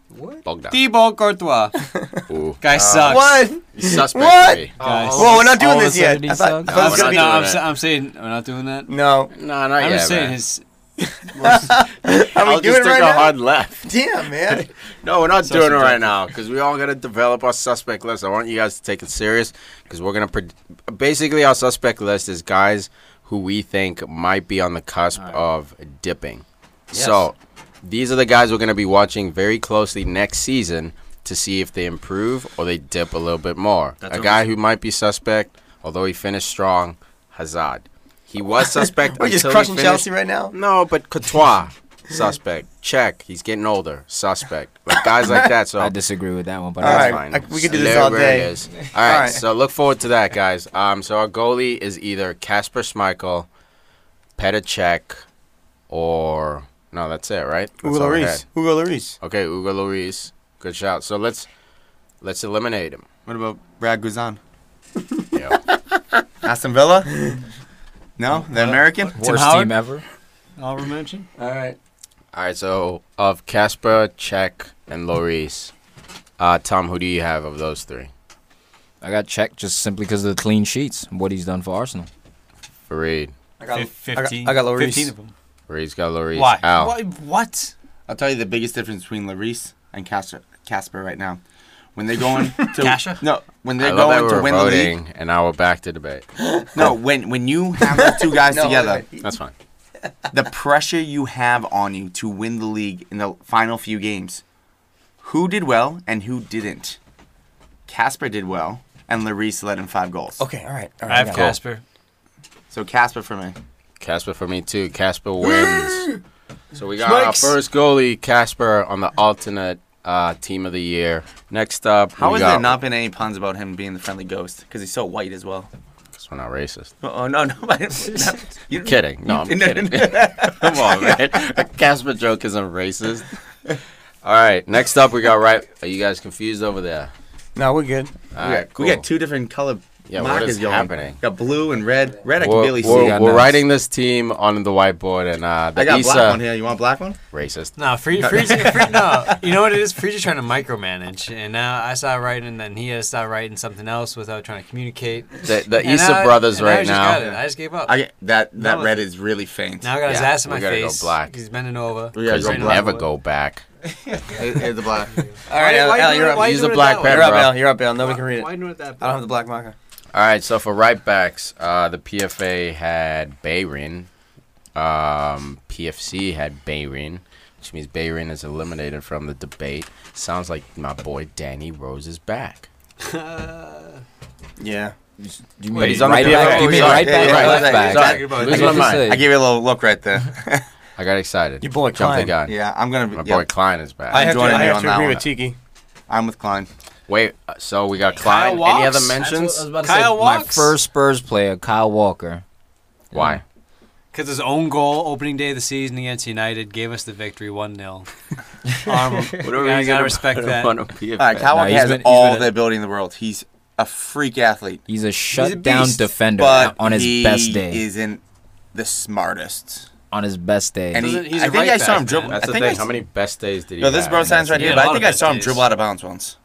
Bogdan.
Thibaut Courtois.
Ooh.
Guy sucks.
What?
Suspect.
What?
three.
Guys.
Whoa, we're not
All
doing
of a
this yet.
sudden he
I thought, I
sucks.
thought it
No, I'm,
we're
was
no,
gonna be.
not
I'm,
doing
sa- I'm saying we're not doing that.
No,
No, not
I'm
yet.
just saying
man.
his.
are we
Al
doing
just
it
took
right
a
now?
hard left.
Damn, man.
No, we're not
So
doing it right
subjective.
now because we all got to develop our suspect list. I want you guys to take it serious because we're gonna pred basically our suspect list is guys who we think might be on the cusp of dipping. So these are the guys we're gonna be watching very closely next season to see if they improve or they dip a little bit more.
That's
a
what
guy
we-
who might be suspect, although he finished strong, Hazard. He was suspect.
We're just
until he
crushing
finished-
Chelsea right now.
no, but Courtois, suspect. Check. He's getting older. Suspect. Like guys like that. So
I disagree with that one, but
All
that's
that's
right.
fine.
fine.
I- we could do this all
Whatever it
day.
is. All right,
All right.
So look forward to that, guys. Um. So our goalie is either Casper Schmeichel, Petr Cech, or no, that's it, right? That's
Hugo
all we
Lloris. Hugo Lloris.
had. Okay, Hugo Lloris. Good shout. So let's let's eliminate him.
What about Brad Guzan?
Yeah.
Aston Villa? No, the American.
Worst
Howard?
team ever.
Oliver mentioned.
All right.
all right. So of Casper, Cech, and Lloris, uh, Tom, who do you have of those three?
I got checked just simply because of the clean sheets and what he's done for Arsenal.
Farid.
I got, I got,
Fifteen.
I got Lloris.
Fifteen of them.
Farid's got Lloris.
Why?
Al.
Why- What?
I'll tell you the biggest difference between Larice and Casper, Casper right now. When they're going to
Kasha?
no, when
I
they're
love that
going
we're
to win
voting, and now we're back to debate.
the league. No, when when you have those two guys
No,
together,
wait, wait.
That's fine.
the pressure you have on you to win the league in the final few games. Who did well and who didn't? Casper did well, and Larice led in five goals.
Okay, all right. All right
I have
got it.
Casper.
So Casper for me.
Casper for me too. Casper wins. so we got
Smikes.
our first goalie, Casper, on the alternate uh, team of the year. Next up,
How
we
has
got,
there not been any puns about him being the friendly ghost? Because he's so white as well.
Because we're not racist.
Oh no, no, I- no you
Kidding. No, I'm
No, no,
kidding. Come on, man. A Casper joke isn't racist. All right. Next up, we got right. Are you guys confused over there?
No, we're good.
All
We got,
right,
we
cool.
got two different color
Yeah, what
markers
is
going.
happening?
Got blue and red. Red I can
We're,
barely
we're-
see.
got
we're
nuts.
writing this team on the whiteboard, and uh, the
I got
Issa
black one here. You want black one?
racist.
No, free, freezer, free, no. You know what it is? Freezer's trying to micromanage, and now I started writing, and then he had to start writing something else without trying to communicate.
The, the
And
Issa
I-
brothers
and I
right
just got
now.
it. I just gave up.
I get, that that
No,
red is really faint.
now I got his
Yeah,
ass in
we
my
gotta go
face.
black.
He's bending over.
We gotta
Because
go
you
Straight on
black.
never
wood.
go back.
Here's the black.
All right,
Why-
Al,
why
Al,
you
you're
doing-
up.
why you
Use the
doing it
black
that way?
pen,
You're
bro.
up, Al. You're up, Al. Nobody
Why-
can read it.
Why do it that?
I don't have the black marker.
All right, so for right backs, uh, the PFA had Bayrin. Um, PFC had Bayrin, which means Bayrin is eliminated from the debate. Sounds like my boy Danny Rose is back.
Yeah.
You mean
Wait,
he's on the
right
PFA.
back? You mean
Sorry.
right
Yeah,
back?
yeah,
or
yeah,
left
yeah,
back?
yeah.
Sorry.
I
Lose
get
my
to
mind.
say.
I gave you a little look right there.
I got excited.
Your boy
Jumped the
Klein.
gun.
yeah, I'm gonna.
My
yeah,
boy Klein is back.
I have to,
joining
I
you
have
on
to
that
agree
one.
with Tiki.
I'm with Klein.
Wait, uh, so we got Klein.
Kyle
Any other
Walks?
mentions?
Kyle
My
walks
first Spurs player, Kyle Walker.
Why?
because his own goal opening day of the season against United gave us the victory one 0 Arm, I gotta respect that.
PFA.
All right, Kyle
No,
Walker
he's
has
been- he's
all
been a-
the ability in the world. He's a freak athlete,
He's a shutdown
beast,
defender
but
on his
he
best day.
isn't the smartest.
on his best day.
And he,
Doesn't- he's
I
a
think
right
I saw
back,
him
man.
dribble.
That's
I
the
think
thing.
I s-
How many best days did he
No, this is
have?
bro signs right
Yeah,
here,
a
but I
lot
think
of
I saw him
SDs.
dribble out of bounds once.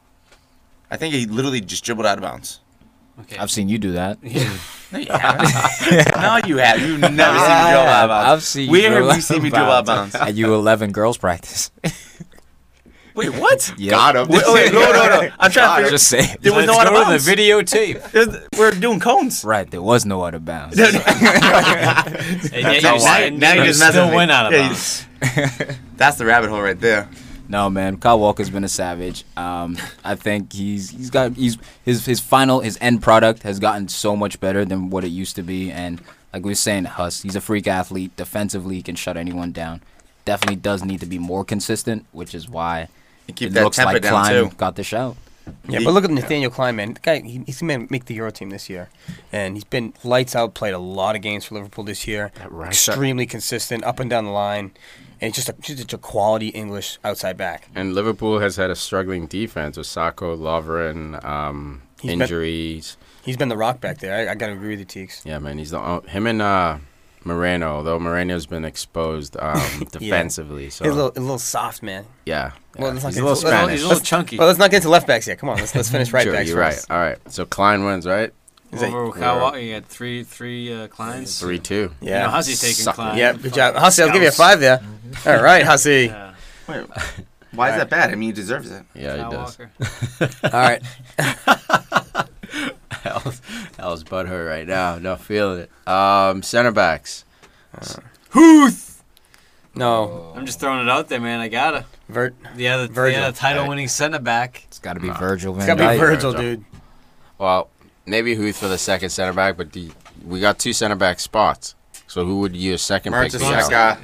I think he literally just dribbled out of bounds.
Okay.
I've seen you do that.
No, you haven't. no, you have. You've never seen me
I
dribble out of
have.
bounds.
I've seen you
Where
dribble
have you
out
seen
of
me dribble out of
bounds.
bounds?
At you 11 girls practice.
Wait, what?
Yeah.
Got him.
Wait, wait, no, no, no. I'm
I'm
trying to figure.
just saying.
There was
Let's
no out of
go to
bounds.
the videotape.
There's- We're doing cones.
Right, there was no other bounds.
And yet
Now-
you said-
now you
you
just messing
still
with me.
went out of
Yeah, you
bounds.
That's the rabbit hole right there.
No man, Kyle Walker's been a savage. Um, I think he's he's got he's his his final his end product has gotten so much better than what it used to be. And like we were saying, Huss, he's a freak athlete. Defensively, can shut anyone down. Definitely does need to be more consistent, which is why
And keep
it
that
looks
temper
like
down
Klein
too.
got the shout.
Yeah, but look at Nathaniel Klein, man. The guy, he, he's going to make the Euro team this year. And he's been lights out, played a lot of games for Liverpool this year.
right side-
Extremely consistent, up and down the line. And just a, just such a quality English outside back.
And Liverpool has had a struggling defense with Sacco, Lovren, um,
He's been-
injuries.
He's been the rock back there. I, I got to agree with you, Teeks.
yeah, man, he's the o- him and uh, Moreno. Although Moreno's been exposed um, defensively, so
He's a little, a little soft, man.
yeah, yeah.
Well, let's not
he's
get
a little
into- let's not-
Spanish.
He's a little chunky.
Well, let's not get into left backs yet. Come on, let's, let's finish right
Sure,
backs
you're
first.
right. All right, so Klein wins, right?
Is that-
Over Kyle Walker, you had three three uh, clients.
Three two.
You know,
Yeah.
Hussey's taking
Sucker.
clients.
yeah, good job. Hussey, I'll give you a five there. All right, Hussey.
Yeah.
Wait, why is that bad? I mean, he deserves it.
Yeah,
Kyle
he does.
Walker.
All right.
Al's, Al's butthurt right now. Not feeling it. Um, center backs.
No.
I'm just throwing it out there, man. I gotta.
Vert.
The other, the
Virgil.
other title-winning center back.
It's got to be
Nah.
Virgil
It's
van
got to be
Dijk.
Virgil,
Virgil.
dude.
Well, maybe Huth for the second center back, but the, we got two center back spots. So who would your second pick be?
Mertesacker.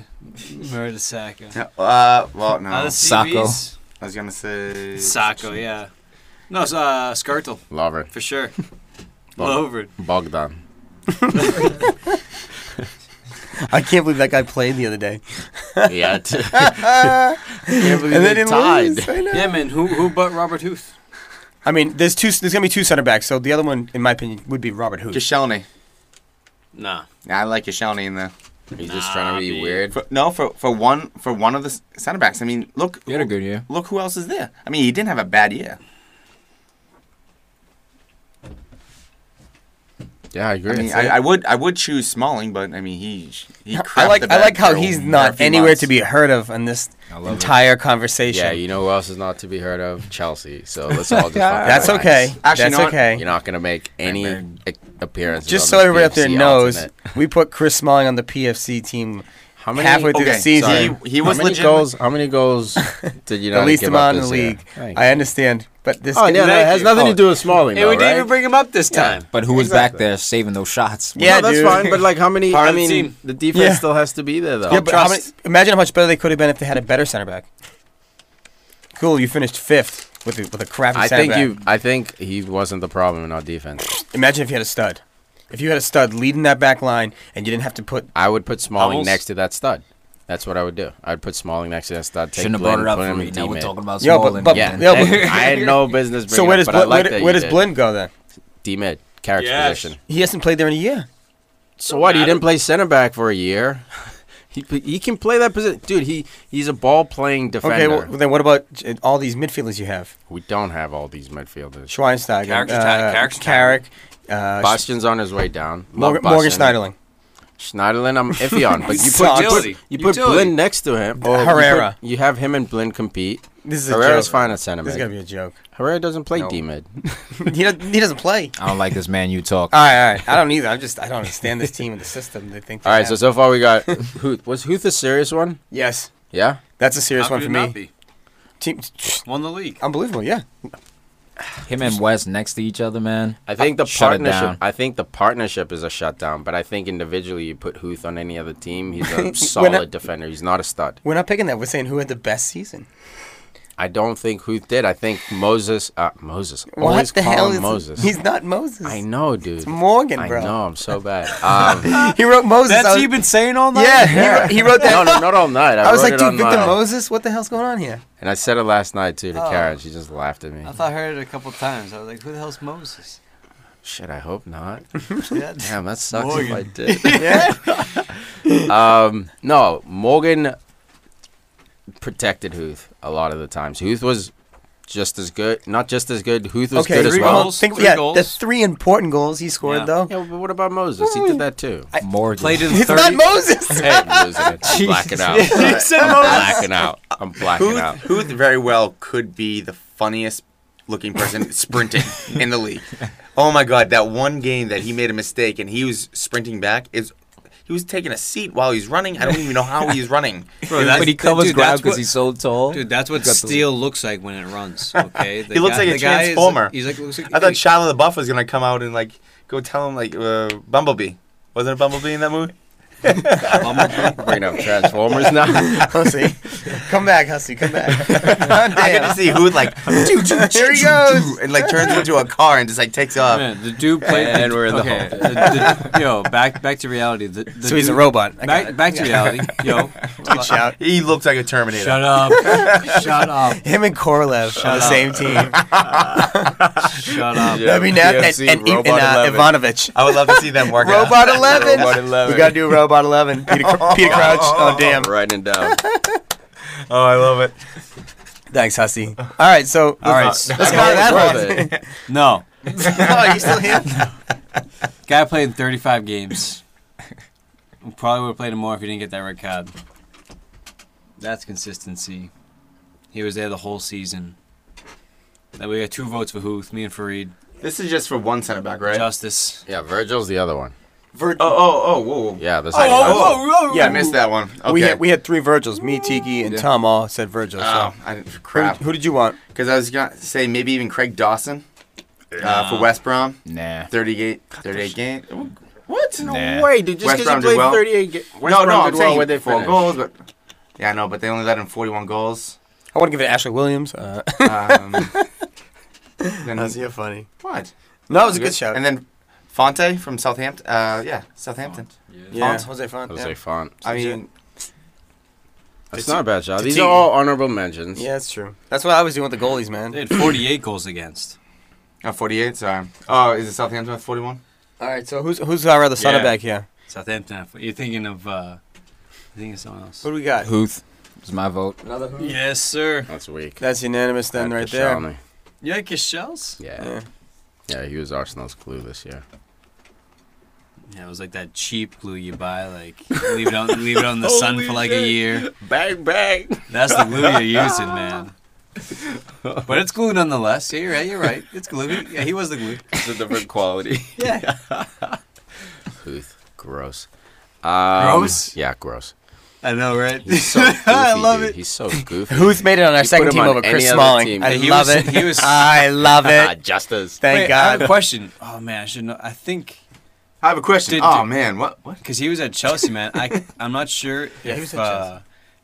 Murder Saka.
Uh, well, no.
Other
Sacco.
CBs?
I was gonna say
Sacco, yeah. No, it's, uh, Skirtle,
Lovren,
for sure.
Well-
Lovren.
Bogdan.
I can't believe that guy played the other day.
Yeah. t- can't believe they tied.
I, know.
Yeah, man. Who who but Robert Huth?
I mean, there's two. There's gonna be two center backs. So the other one, in my opinion, would be Robert Hood.
Koscielny.
Nah.
Nah, I like Koscielny in there.
He's just trying to
Nah,
be
dude.
weird.
For, no, for for one for one of the s- center backs. I mean, look,
He had a good year.
look who else is there. I mean, he didn't have a bad year.
Yeah, I agree.
I mean, I, I would I would choose Smalling, but I mean, he he.
I
crapped
like.
the
I
bed
like how
for
he's
a
not
few
anywhere
months.
to be heard of in this
I love it.
entire conversation.
yeah, you know who else is not to be heard of? Chelsea. So let's all just. fucking
That's
relax.
okay.
Actually, you
That's
know what?
okay.
You're not gonna make any appearance.
Just so everybody up there knows, we put Chris Smalling on the PFC team
How many
halfway through
Okay,
the season,
sorry. He- he was
how many
legit-
goals? How many goals did you
the
not
least
give up
amount in the
this year?
league.
Thanks.
I understand, but this
Oh,
guy-
yeah, no, it has
you.
nothing
Oh.
to do with Smalling,
And
though,
we didn't
right?
even bring him up this time.
But who was back
Exactly.
there saving those shots?
Yeah,
no, that's
dude.
fine. But like, how many?
Part
I
of the
mean, the,
team.
defense
Yeah.
still has to be there, though.
Yeah, but how many,
trust.
imagine how much better they could have been if they had a better center back. Cool, you finished fifth with a, with a crappy
I
center
think
back.
you. I think he wasn't the problem in our defense.
Imagine if you had a stud. If you had a stud leading that back line and you didn't have to put
I would put Smalling
Hummels?
next to that stud. That's what I would do. I'd put Smalling next to that stud. Take
Shouldn't have brought
Blin,
it up
put
for
him
me.
in
Now we're
teammate.
talking about
Yeah, but-
Smalling.
but-
Yeah,
Yeah, but-
that- I had no business. Bringing
So where does
it up, but I
Blin,
like
where,
that
where
you
does
did.
Blin go then?
D mid Carrick's
Yes.
position.
He hasn't played there in a year.
So what? He
matter.
didn't play center back for a year. He, he can play that position, dude. He he's a ball playing defender.
Okay, well, then what about uh, all these midfielders you have?
we don't have all these midfielders.
Schweinsteiger,
Carrick's
uh,
attack- Carrick's
Carrick, uh,
Bastian's on his way down. Love
Morgan, Morgan
Bastian.
Schneiderlin,
Schneiderlin, I'm iffy on, but you put you
Utility.
put, you put
Utility.
Blin next to him.
Uh,
you
Herrera.
put- You, have him and Blin compete.
This is a
Herrera's
joke.
fine at center
This is gonna
mid.
be a joke.
Herrera doesn't play
No.
D mid.
he, doesn't, he doesn't play.
I don't like this man you talk.
All right, all right. I don't either. I'm just I don't understand this team and the system. They think. they
All right, so
have.
so far we got Huth. Was Huth a serious one?
yes,
Yeah.
that's a serious
How
one
could
for
it not
me.
be?
Team,
Won the league.
unbelievable. Yeah,
Him and West next to each other, man.
I think the
Shut it
partnership.
down.
I think the partnership is a shutdown, but I think individually you put Huth on any other team, he's a
When
solid
I-
defender. He's not a stud.
we're not picking that. We're saying who had the best season.
I don't think Huth did. I think Moses. Uh, Moses.
What
Always
the
call
hell
him
is
Moses?
He's not Moses.
I know, dude.
It's Morgan, bro.
I know. I'm so bad. Um,
He wrote Moses. I
That's
was-
what you've been saying all night.
Yeah, he wrote, he wrote
no,
that.
no, not all night. I,
I was
wrote
like,
it
dude,
on
Victor
my-
Moses, what the hell's going on here?
And I said it last night too to
Oh.
Karen. She just laughed at me.
I thought I heard it a couple times. I was like, who the hell's Moses?
Shit, I hope not.
Yeah.
Damn, that sucks
Morgan.
if I did. um, no, Morgan protected Huth a lot of the times. Huth was just as good, not just as good. Huth was
Okay,
good as
three
well.
goals.
Think,
three
yeah,
goals.
the three important goals he scored
Yeah.
though.
Yeah, but what about Moses? He did that too.
I-
Morgan.
Played in
It's
30.
not Moses.
Hey, I'm losing it. I'm blacking out.
You said
I'm
Moses.
blacking out. I'm blacking out.
Huth, Huth very well could be the funniest looking person sprinting in the league. Oh my god, that one game that he made a mistake and he was sprinting back is he was taking a seat while he's running. I don't even know how he's running.
Bro, that's-
but he covers
dude,
ground
that's
because
what-
he's so tall.
Dude, that's
Got
what
the-
steel looks like when it runs. Okay, The
He looks
guy-
like a
the guy is-
transformer.
he's like, looks like
I thought Shia the Buff was gonna come out and like go tell him like uh, Bumblebee. Wasn't it Bumblebee in that movie?
Bumblebee.
Bringing up Transformers now.
Hussey, come back, Hussey, come back.
I got to see Huth like
Here he goes.
and like turns into a car and just like takes off.
Man, the dude played.
And
the,
we're in the
okay, the- the- Yo, back back to reality. The, the
So he's a
dude-
robot. I got
Back,
it.
back to reality. Yo,
Shout.
He looked like a Terminator.
shut up, shut up,
Him and Korolev on
up.
the same team.
shut up.
Yeah,
I mean, that- and,
PFC,
and, and,
Robot
uh,
11.
Ivanovic.
I would love to see them work out.
Robot 11.
Robot 11.
We got to do Robot 11. Peter, Cr- Peter Crouch. Oh, damn.
writing it down.
Oh, I love it.
Thanks, Hussey. All right, so.
All right,
Let's let's go to that
Love
one.
it.
no,
Oh, you still here?
guy played 35 games. We Probably would have played him more if he didn't get that red card. That's consistency. He was there the whole season. Then we got two votes for Huth, me and Fareed.
This is just for one center back, right?
Justice.
Yeah, Virgil's the other one.
oh, oh, oh, whoa, whoa.
Yeah, this
Oh, oh, oh.
Yeah,
I missed that one. Okay.
We, had, we had three Virgils. Me, Tiki, and Tom all said Virgil.
oh,
so.
I didn't,
Who-
crap.
Who, did you want?
Because I was gonna say maybe even Craig Dawson uh, for West Brom,
nah.
38, 38 game. What? No,
Nah.
Wait, dude,
West
just because
Brom
you
did
played
well.
38 games.
no, no I'm saying four goals, but yeah, I know, but they only let him forty-one goals.
I want to give it to Ashley Williams. Uh,
Um, then,
funny?
what?
No, it was a good show.
And then Fonte from Southampton. Uh, yeah, Southampton.
yeah,
Font.
Jose Font.
Jose
yeah.
Font.
I mean,
It's not a bad shot. These
Tati-
are all honorable mentions.
yeah, that's true. That's what I was doing with the goalies,
They
man.
had 48 goals against.
oh, 48, Sorry. Oh, is it Southampton with forty-one?
All right, so who's who's our other center
Yeah.
back here?
Southampton. You're thinking of, uh, I think it's someone else.
What do we got?
Huth is my vote.
Another who?
Yes, sir.
That's weak.
That's unanimous then,
Pat
right there.
Kashani.
You like your shells?
Yeah.
Yeah.
Yeah, he was Arsenal's clue this year.
Yeah, it was like that cheap glue you buy, like leave it out, leave it out in the sun for like a year.
Bang, bang.
That's the glue you're using, man. But it's glue nonetheless. Yeah, you're right. You're right. It's glue. He- Yeah, he was the glue.
It's a different quality.
Yeah.
Hooth. Gross. Um,
Gross?
Yeah, gross.
I know, right?
He's so goofy,
I love
dude.
it.
He's so goofy.
Who's made it on our
Just put
second
him
team
on
over
any
Chris
other
Smalling?
team.
I
Yeah,
he
love
was-
it.
he was-
I love
Ah,
it.
just as.
Thank
Wait, I
God.
have a question. Oh man, I should know. I think
I have a question.
Did-
oh
did-
man, what what?
because he was at Chelsea, man. I I'm not sure
Yeah, he was
if
at
uh,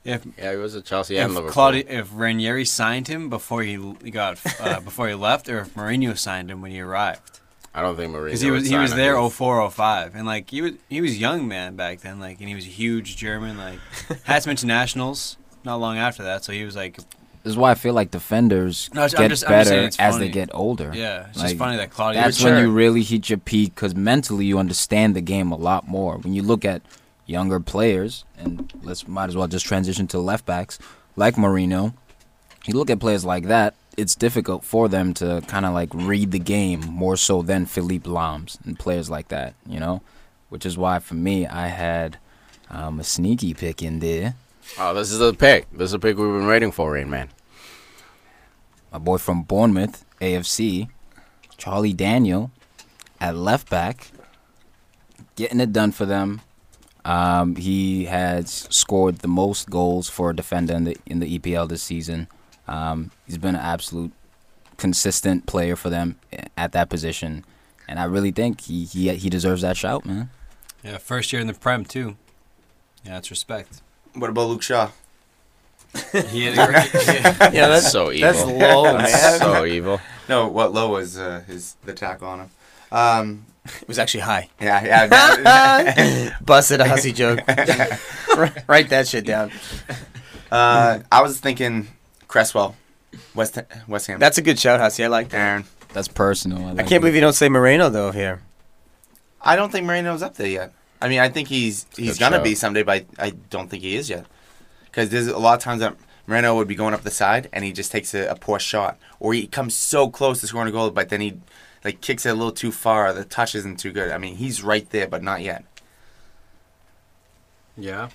if
Yeah, he was at Chelsea and
if
Liverpool.
Claudio if Ranieri signed him before he l- he got uh, before he left, or if Mourinho signed him when he arrived.
I don't think Mourinho.
Because he was
would
he
sign
was
him.
oh
there 04, 05. and like he was he was young man back then, like and he was a huge German, like had some internationals not long after that, so he was like
This is why I feel like defenders
No, it's- I'm
get
just- I'm just saying
better
it's
as
funny.
they get older.
yeah. It's
Like,
just funny that Claudio.
That's
Mature.
when you really hit your peak because mentally you understand the game a lot more. When you look at younger players, and let's might as well just transition to left backs like Marino. You look at players like that; it's difficult for them to kind of like read the game more so than Philippe Lams and players like that. You know, which is why for me I had um, a sneaky pick in there.
Oh, this is the pick. This is the pick we've been waiting for, Rain Man.
my boy from Bournemouth, AFC, Charlie Daniel, at left back, getting it done for them. Um, he has scored the most goals for a defender in the in the EPL this season. Um, he's been an absolute consistent player for them eh, at that position, and I really think he he, he deserves that shout, man.
Yeah, first year in the Prem too. Yeah, that's respect.
What about Luke Shaw?
He had a great,
Yeah,
That's
that's
so evil.
that's low, man.
That's so evil.
No, what low was uh, his the tackle on him? Um,
It was actually high.
yeah, yeah.
Busted a hussy joke. Wri- Write that shit down.
uh, I was thinking Cresswell, West West Ham.
That's a good shout, hussy. I like that.
Aaron.
That's personal.
I can't believe you don't say Moreno though here.
I don't think Moreno's up there yet. I mean, I think he's he's
Good
gonna
shout.
be someday, but I, I don't think he is yet. Because there's a lot of times that Moreno would be going up the side and he just takes a, a poor shot, or he comes so close to scoring a goal, but then he like kicks it a little too far. The touch isn't too good. I mean, he's right there, but not yet.
yeah.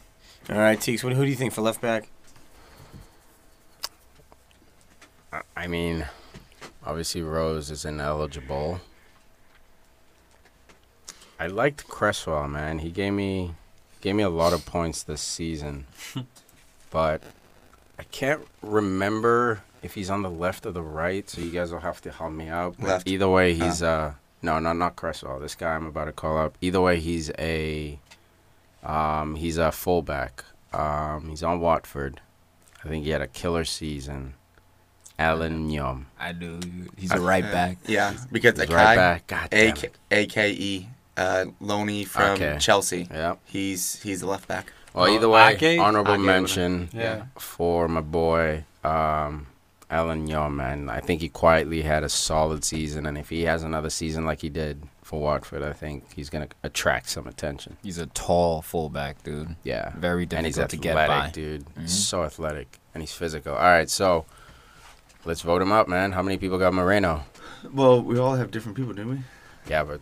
All right, Teeks. What, who do you think for left back?
I- I mean, obviously Rose is ineligible. I liked Cresswell, man. He gave me gave me a lot of points this season, but I can't remember if he's on the left or the right. So you guys will have to help me out. But
Left.
Either way, he's uh no no not Cresswell. This guy I'm about to call up. Either way, he's a um he's a fullback. Um he's on Watford. I think he had a killer season. Alan Yom.
I do. He's a right back.
Yeah, because
He's
Akai,
right back. God damn
AK,
it.
AKE, uh, Loney from
Okay.
Chelsea.
Yeah.
He's he's the left back.
Well,
Well,
either way,
Ake-
honorable
Ake would-
mention
Yeah.
for my boy um, Alan Yom, man. I think he quietly had a solid season, and if he has another season like he did for Watford, I think he's gonna attract some attention.
He's a tall fullback, dude.
Yeah.
Very
and he's
difficult to
athletic,
get by.
dude.
Mhm.
He's so athletic, and he's physical. All right, so let's vote him up, man. How many people got Moreno?
Well, we all have different people, didn't we?
Yeah, but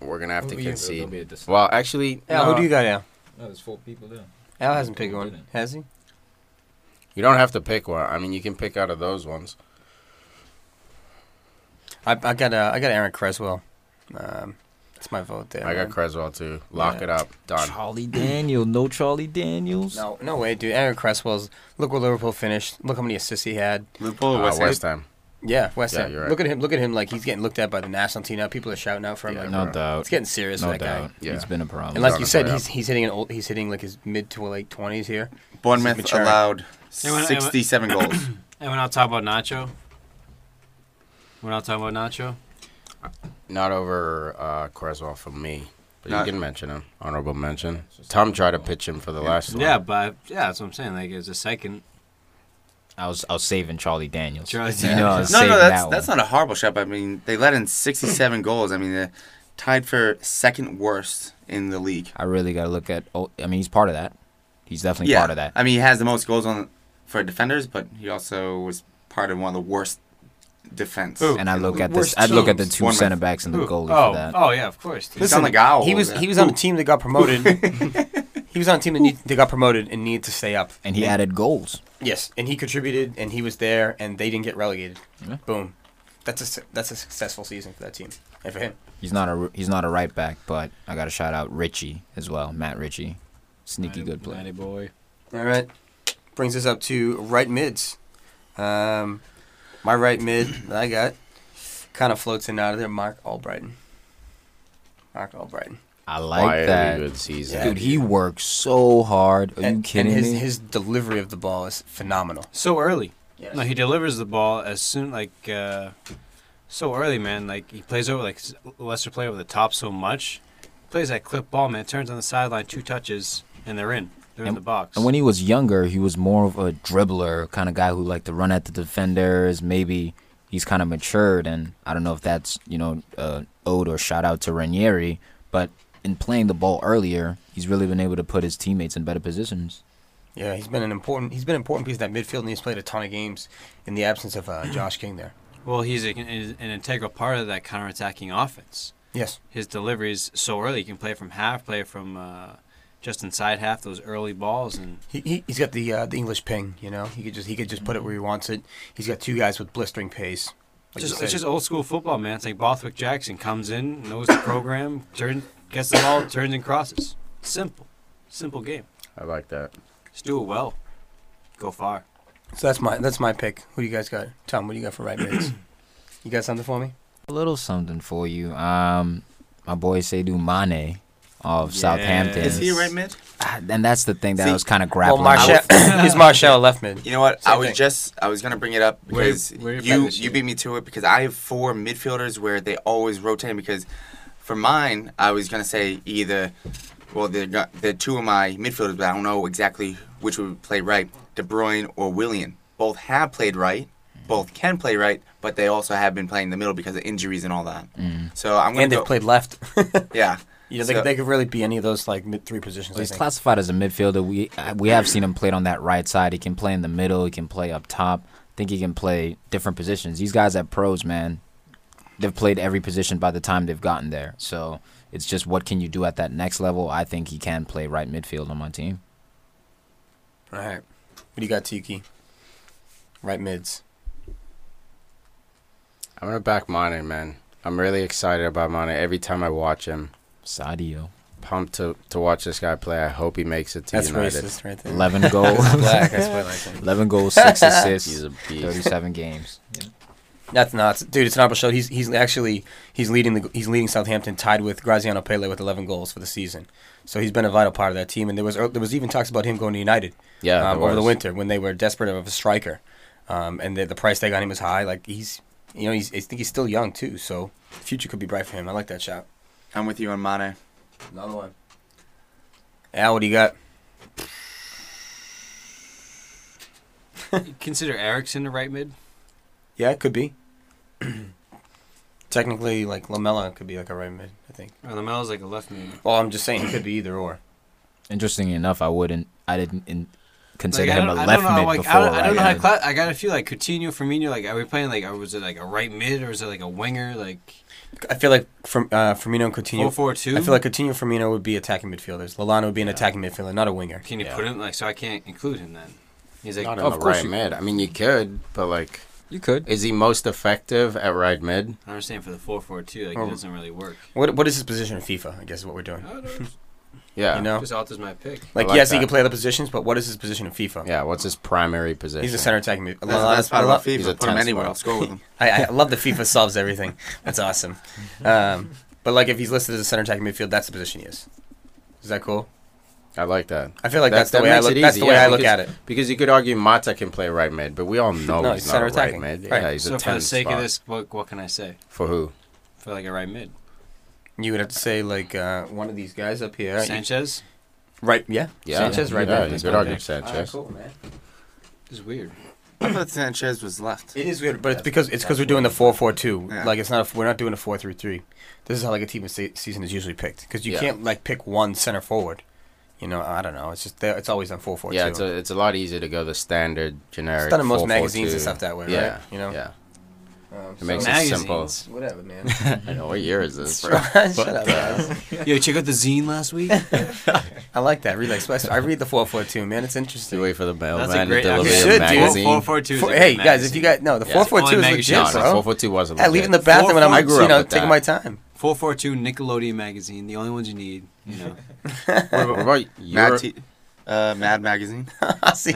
we're gonna have to
Well, yeah, but there'll be
concede.
a dis-
Well, actually,
Al,
no.
who do you got, Al?
no, there's four people there.
Al hasn't picked
Cole
one,
didn't.
has he?
You don't have to pick one. I mean, you can pick out of those ones.
I, I got uh, I got Aaron Creswell. Um, that's my vote there.
I got
man.
Creswell too. Lock
Yeah.
it up. Done.
Charlie Daniel, no Charlie Daniels.
No, no way, dude. Aaron Cresswell's look where Liverpool finished. Look how many assists he had.
Liverpool,
Uh,
West Ham.
West Ham.
Yeah, West
Yeah,
Ham.
you're right.
Look at him. Look at him. Like he's getting looked at by the national team now. People are shouting out for him.
Yeah,
like,
no
bro,
doubt.
It's getting serious. for
No
that
doubt.
guy.
Yeah.
It's been a problem.
And like
Starting
you
to
said,
play up.
he's he's hitting an old. He's hitting like his mid to late twenties here.
Bournemouth
Mature.
allowed
Hey, when-
67 goals.
And we're not talking about Nacho. We're not talking about Nacho.
Not over uh, Creswell for me. But
Not-
you can mention him. Honorable mention. Tom tried to pitch him for the last one.
Yeah, but yeah, that's what I'm saying. Like, it's a second.
I was I was saving Charlie Daniels.
Charlie
You know, I was
no,
saving
no, that's
that
that's
one.
not a horrible shot. But I mean, they let in 67 goals. I mean, they're tied for second worst in the league.
I really got to look at. Oh, I mean, he's part of that. He's definitely part of that.
I mean, he has the most goals on for defenders, but he also was part of one of the worst defense.
Who?
and I look at this.
Worst
I look at the
teams.
two
Bournemouth.
center backs and the
Who?
goalie
oh,
for that.
oh yeah, of course. dude.
He's on the goal.
he was he was on a team that got promoted. he was on a team that, need, that got promoted and needed to stay up.
And he added goals.
Yes, and he contributed, and he was there, and they didn't get relegated.
Yeah.
Boom. That's a su- that's a successful season for that team and for him.
He's not a he's not a right back, but I got to shout out Richie as well, Matt Richie, sneaky good player.
Matty boy.
All right. Brings us up to right mids. Um, my right mid that I got kind of floats in and out of there. Mark Albrighton. Mark Albrighton.
I
Quietly
like that.
good season.
Dude, he works so hard. Are you
And-
kidding
and his,
me?
His delivery of the ball is phenomenal.
So early.
Yes.
No, he delivers the ball as soon like uh, so early, man. Like he plays over like s- Lester play over the top so much. Plays that clip ball, man. Turns on the sideline, two touches, and they're in. They're in the box.
And when he was younger, he was more of a dribbler kind of guy who liked to run at the defenders. Maybe he's kind of matured, and I don't know if that's you know uh, ode or shout out to Ranieri, but in playing the ball earlier, he's really been able to put his teammates in better positions.
Yeah, he's been an important he's been an important piece of that midfield, and he's played a ton of games in the absence of
Mm-hmm.
uh, Josh King there.
well, he's a, an integral part of that counterattacking offense.
Yes.
His deliveries so early. You can play from half, play from uh, just inside half. Those early balls and
He, he he's got the uh, the English ping, you know. He could just he could just put it where he wants it. He's got two guys with blistering pace. Like you
just,
said.
it's just old school football, man. It's like Bothwick Jackson comes in, knows the program, turn, gets the ball, turns and crosses. Simple, simple game.
I like that.
Just do it well. Go far.
so that's my that's my pick. Who do you guys got? Tom, what do you got for right mids? you got something for me?
A little something for you, um, my boy Seydou Mane of
Yes.
Southampton.
Is he a right mid?
Ah, And that's the thing that
See,
I was kind of grappling.
well,
with.
Marshall he's Marshall left mid.
You know what?
Same
I was
thing.
just I was gonna bring it up
Where-
because
where you
you
finish
you
it?
beat me to it because I have four midfielders where they always rotate because for mine I was gonna say either well the the two of my midfielders but I don't know exactly which would play right De Bruyne or Willian both have played right both can play right but they also have been playing the middle because of injuries and all that so I'm gonna
And they've
go-
played left.
yeah
you know, they,
So-
they could really be any of those like mid three positions.
Well,
I
he's
think.
classified as a midfielder. We uh, we have seen him played on that right side. He can play in the middle. He can play up top. I think he can play different positions. These guys at pros, man, they've played every position by the time they've gotten there. So it's just what can you do at that next level. I think he can play right midfield on my team.
All right. What do you got, Tiki? Right mids.
I'm gonna back Mane, man. I'm really excited about Mane. Every time I watch him,
Sadio,
pumped to to watch this guy play. I hope he makes it to
That's
United.
racist right there.
eleven goals,
Black, that's what I think.
eleven goals, six
He's
assists,
a beast.
thirty-seven games.
That's not, dude. It's an honorable show. He's he's actually he's leading the he's leading Southampton, tied with Graziano Pele with 11 goals for the season. So he's been a vital part of that team. And there was er, there was even talks about him going to United
Yeah,
um,
there
over the
was.
winter when they were desperate of a striker, um, and the, the price they got him was high. Like he's you know he's I think he's still young too, so the future could be bright for him. I like that shot.
I'm with you on Mane
Another one. Al, what do you got?
Consider Erickson a right mid.
Yeah, it could be. Technically, like Lamella could be like a right mid, I think.
Or Lamelo's like a left mid.
Well, I'm just saying it could be either or.
Interestingly enough, I wouldn't. I didn't in,
Like,
consider
I
him a
don't, I
left
don't know.
mid
like,
before.
I don't, I don't
right
know how
mid.
to cla- I gotta feel like Coutinho, Firmino. Like, are we playing like, or was it like a right mid, or is it like a winger, like
I feel like from uh, Firmino and
four
Coutinho.
four two?
I feel like Coutinho Firmino would be attacking midfielders. Lallana would be an
Yeah.
attacking midfielder, not a winger.
Can you put him like so? I can't include him then. He's like,
Not
I
in
Of
the
course
right
you-
mid. I mean, you could, but like,
You could.
is he most effective at right mid?
understand for the four four two. Like,
Oh.
it doesn't really work.
What What is his position in FIFA? I guess is what we're doing.
I don't know.
Yeah.
You know,
Just alters my pick.
like,
like
yes, he
that.
could play other positions, but what is his position in FIFA?
Yeah. What's his primary position?
He's a center attacking midfielder.
that's the best part about
He's a
FIFA put him
10
anywhere
spot.
I'll score with him
I, I love that FIFA solves everything. That's awesome. Um, but like, if he's listed as a center attacking midfield, that's the position he is. Is that cool?
I like that.
I feel like
That-
that's the
that
way I
makes
look.
it
That's
easy,
the way
yeah,
I look
because-
at it.
Because you could argue Mata can play right mid, but we all know
No,
he's,
he's
not
center
a
attacking.
right mid.
Right.
Yeah, he's
so
a
for
ten
the sake
spot.
of this, what what can I say?
for who?
For like a right mid,
You would have to say like uh, one of these guys up here.
Sanchez
Right? Yeah.
Yeah,
Sanchez right
yeah,
there.
you
That's
could
my
argue
pick.
Sanchez.
All right, cool, man.
is weird.
I thought Sanchez was left
It is weird, but it's because it's because we're doing the four four two.
Yeah.
Like it's not we're not doing a four three three. This is how like a team se- season is usually picked because you
Yeah.
can't like pick one center forward. You know, I don't know. It's just there- it's always on four four two.
Yeah, it's a it's a lot easier to go the standard generic.
It's done in most
4-4-2.
magazines and stuff that way, right?
Yeah,
You know?
Yeah,
um,
it makes it
Magazines.
simple.
whatever, man.
I know what year is this, bro? uh,
Shut up, guys.
Yo, check out the zine last week.
I like that. Read like, I read the four four two, man. It's interesting.
You wait for the mailman
That's a great.
to deliver
You
your
should, dude.
magazine.
Four four two.
Four- hey guys, if you guys no, the
Yeah.
four four
Only
two is
magazine.
legit,
No,
bro.
four four two was a
I
little
leave in the bathroom when
4-4-2
I'm you know
with
taking
that.
my time.
Four four two Nickelodeon magazine, the only ones you need. You know,
What about
Matt
Euro-
T- uh, Mad Magazine.
Hussy,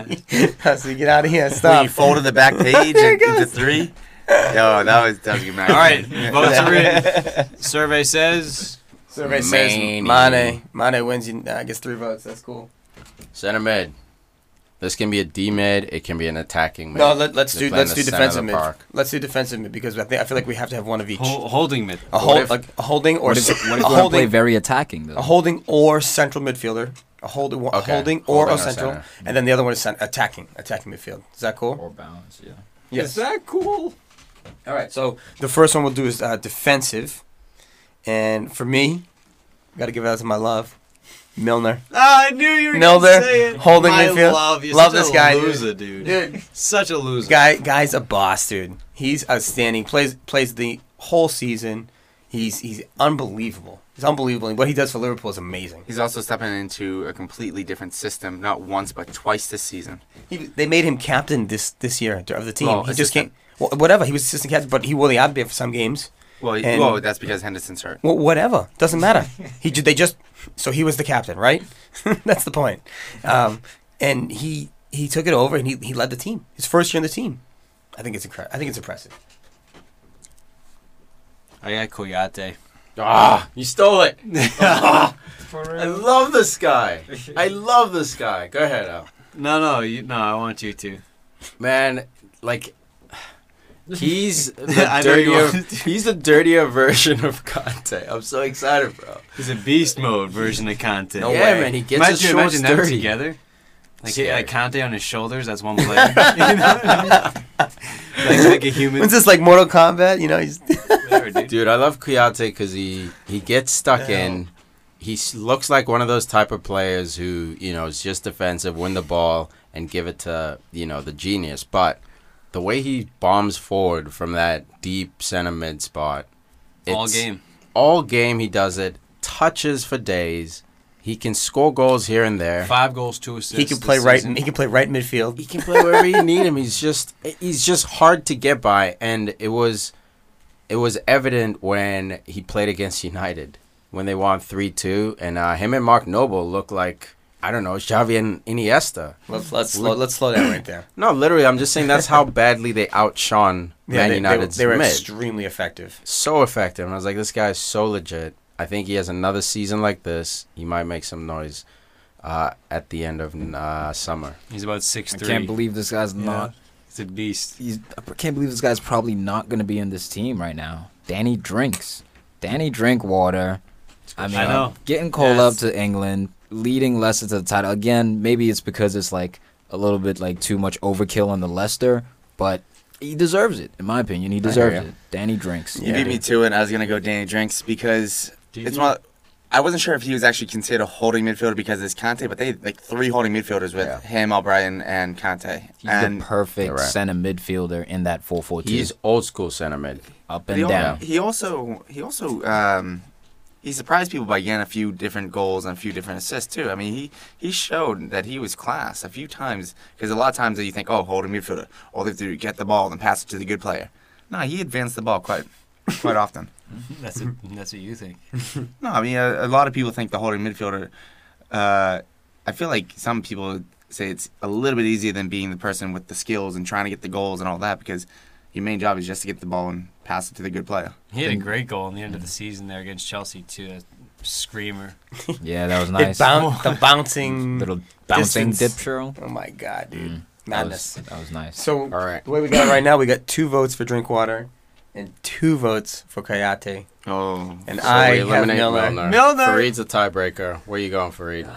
Hussy, get out of here! Stop.
When you folded the back page
There it
into
goes.
three. Yo, that was that was a good match.
All right, votes are in. Survey says
Survey says
Mane.
Mane. Mane wins. You, nah, I guess three votes. That's cool.
Center mid. This can be a D mid. It can be an attacking mid.
No, let, let's
They
do
play in
let's
the
do
center
defensive
of the
mid.
park.
Let's do defensive mid because I think I feel like we have to have one of each.
hol- holding mid.
a
What
hold,
if-
like a holding or
What if,
s-
what if
a
you want to play
holding,
very attacking though?
a holding or central midfielder. A holding, a
Okay.
holding or
Holding
a
or
central,
center.
and then the other one is cent- attacking, attacking midfield. Is that cool?
or balance, yeah.
Is that cool?
All right. So the first one we'll do is uh, defensive, and for me, got to give it out to my love, Milner.
Ah, I knew you were
No,
gonna
there.
say it.
Holding
My
midfield.
Love, you're
Love
such
this
a
guy, dude.
loser, dude. Such a loser.
Guy, guy's a boss, dude. He's outstanding. plays plays the whole season. He's he's unbelievable. He's unbelievable. And what he does for Liverpool is amazing.
He's also stepping into a completely different system, not once but twice this season.
He, they made him captain this this year of the team.
Well,
he just
assistant.
can't. Well, whatever. He was assistant captain, but he wore the outfit for some games.
Well, he-
And-
well, that's because Henderson's hurt.
Well, whatever. Doesn't matter. He ju- they just so he was the captain, right? That's the point. Um, and he he took it over and he, he led the team. His first year in the team. I think it's incre- I think it's impressive.
I got Koyate.
Ah, you stole it. I love this guy. I love this guy. Go ahead, Al.
No, no, you, no. I want you to.
Man, like he's the
I know you
dirtier.
want-
He's the dirtier version of Conte. I'm so excited, bro.
He's a beast mode version of Conte.
yeah,
way.
man, he gets
imagine,
his shorts
imagine them
dirty.
together. Like,
Scary.
like Conte on his shoulders. That's one player. You know what I mean? like, like a human.
When's this like Mortal Kombat? You know, he's
Whatever, dude.
Dude, I love Kuyate because he he gets stuck
Yeah.
in. He s- looks like one of those type of players who you know is just defensive, win the ball, and give it to you know the genius. But the way he bombs forward from that deep center mid spot,
All
it's-
game.
all game he does it. Touches for days. He can score goals here and there.
Five goals, two assists.
he can play
this
right.
season.
He can play right midfield.
He can play wherever you need him. He's just he's just hard to get by, and it was it was evident when he played against United when they won three two, and uh, him and Mark Noble looked like I don't know Xavi and Iniesta.
Let's let's slow, let's slow down right there.
No, literally, I'm just saying that's how badly they outshone Man
they, they,
United's
they were
mid.
extremely effective.
so effective. And I was like, this guy is so legit. I think he has another season like this. He might make some noise uh, at the end of uh, summer.
He's about six
I
three.
can't believe this guy's not.
He's a beast.
He's, I can't believe this guy's probably not going to be in this team right now. Danny drinks. Danny drink water. I mean,
I know.
getting called up
Yes.
to England, leading Leicester to the title again. Maybe it's because it's like a little bit like too much overkill on the Leicester, but he deserves it, in my opinion. He deserves
ya.
it. Danny drinks.
You beat me to it. I was gonna go Danny Drinks because
Did
it's
you?
one. I wasn't sure if he was actually considered a holding midfielder because it's Conte, but they had, like three holding midfielders with
Yeah.
him, O'Brien, and Conte.
He's
and
the perfect
You're right.
center midfielder in that 4-4-2.
He's old school center mid.
up
he,
and
al-
down.
he also he also um, he surprised people by getting a few different goals and a few different assists too. I mean, he he showed that he was class a few times because a lot of times that you think, oh, holding midfielder, all they have to do is get the ball and pass it to the good player. No, he advanced the ball quite quite often.
That's a, that's what you think.
No, I mean a, a lot of people think the holding midfielder. Uh, I feel like some people say it's a little bit easier than being the person with the skills and trying to get the goals and all that because your main job is just to get the ball and pass it to the good player.
He had a great goal in the end of the season there against Chelsea too. A screamer.
Yeah, that was
It
nice.
boun- the bouncing.
Little bouncing
distance.
dip drill.
Oh my god, dude!
Mm, that was,
Madness.
that was nice.
So
All right.
the way we got it right now, we got two votes for Drinkwater, and two votes for Kayate,
Oh,
and
So
I
we
have
eliminate
Milner.
Milner.
Milner!
Fareed's a tiebreaker. Where you going, Fareed?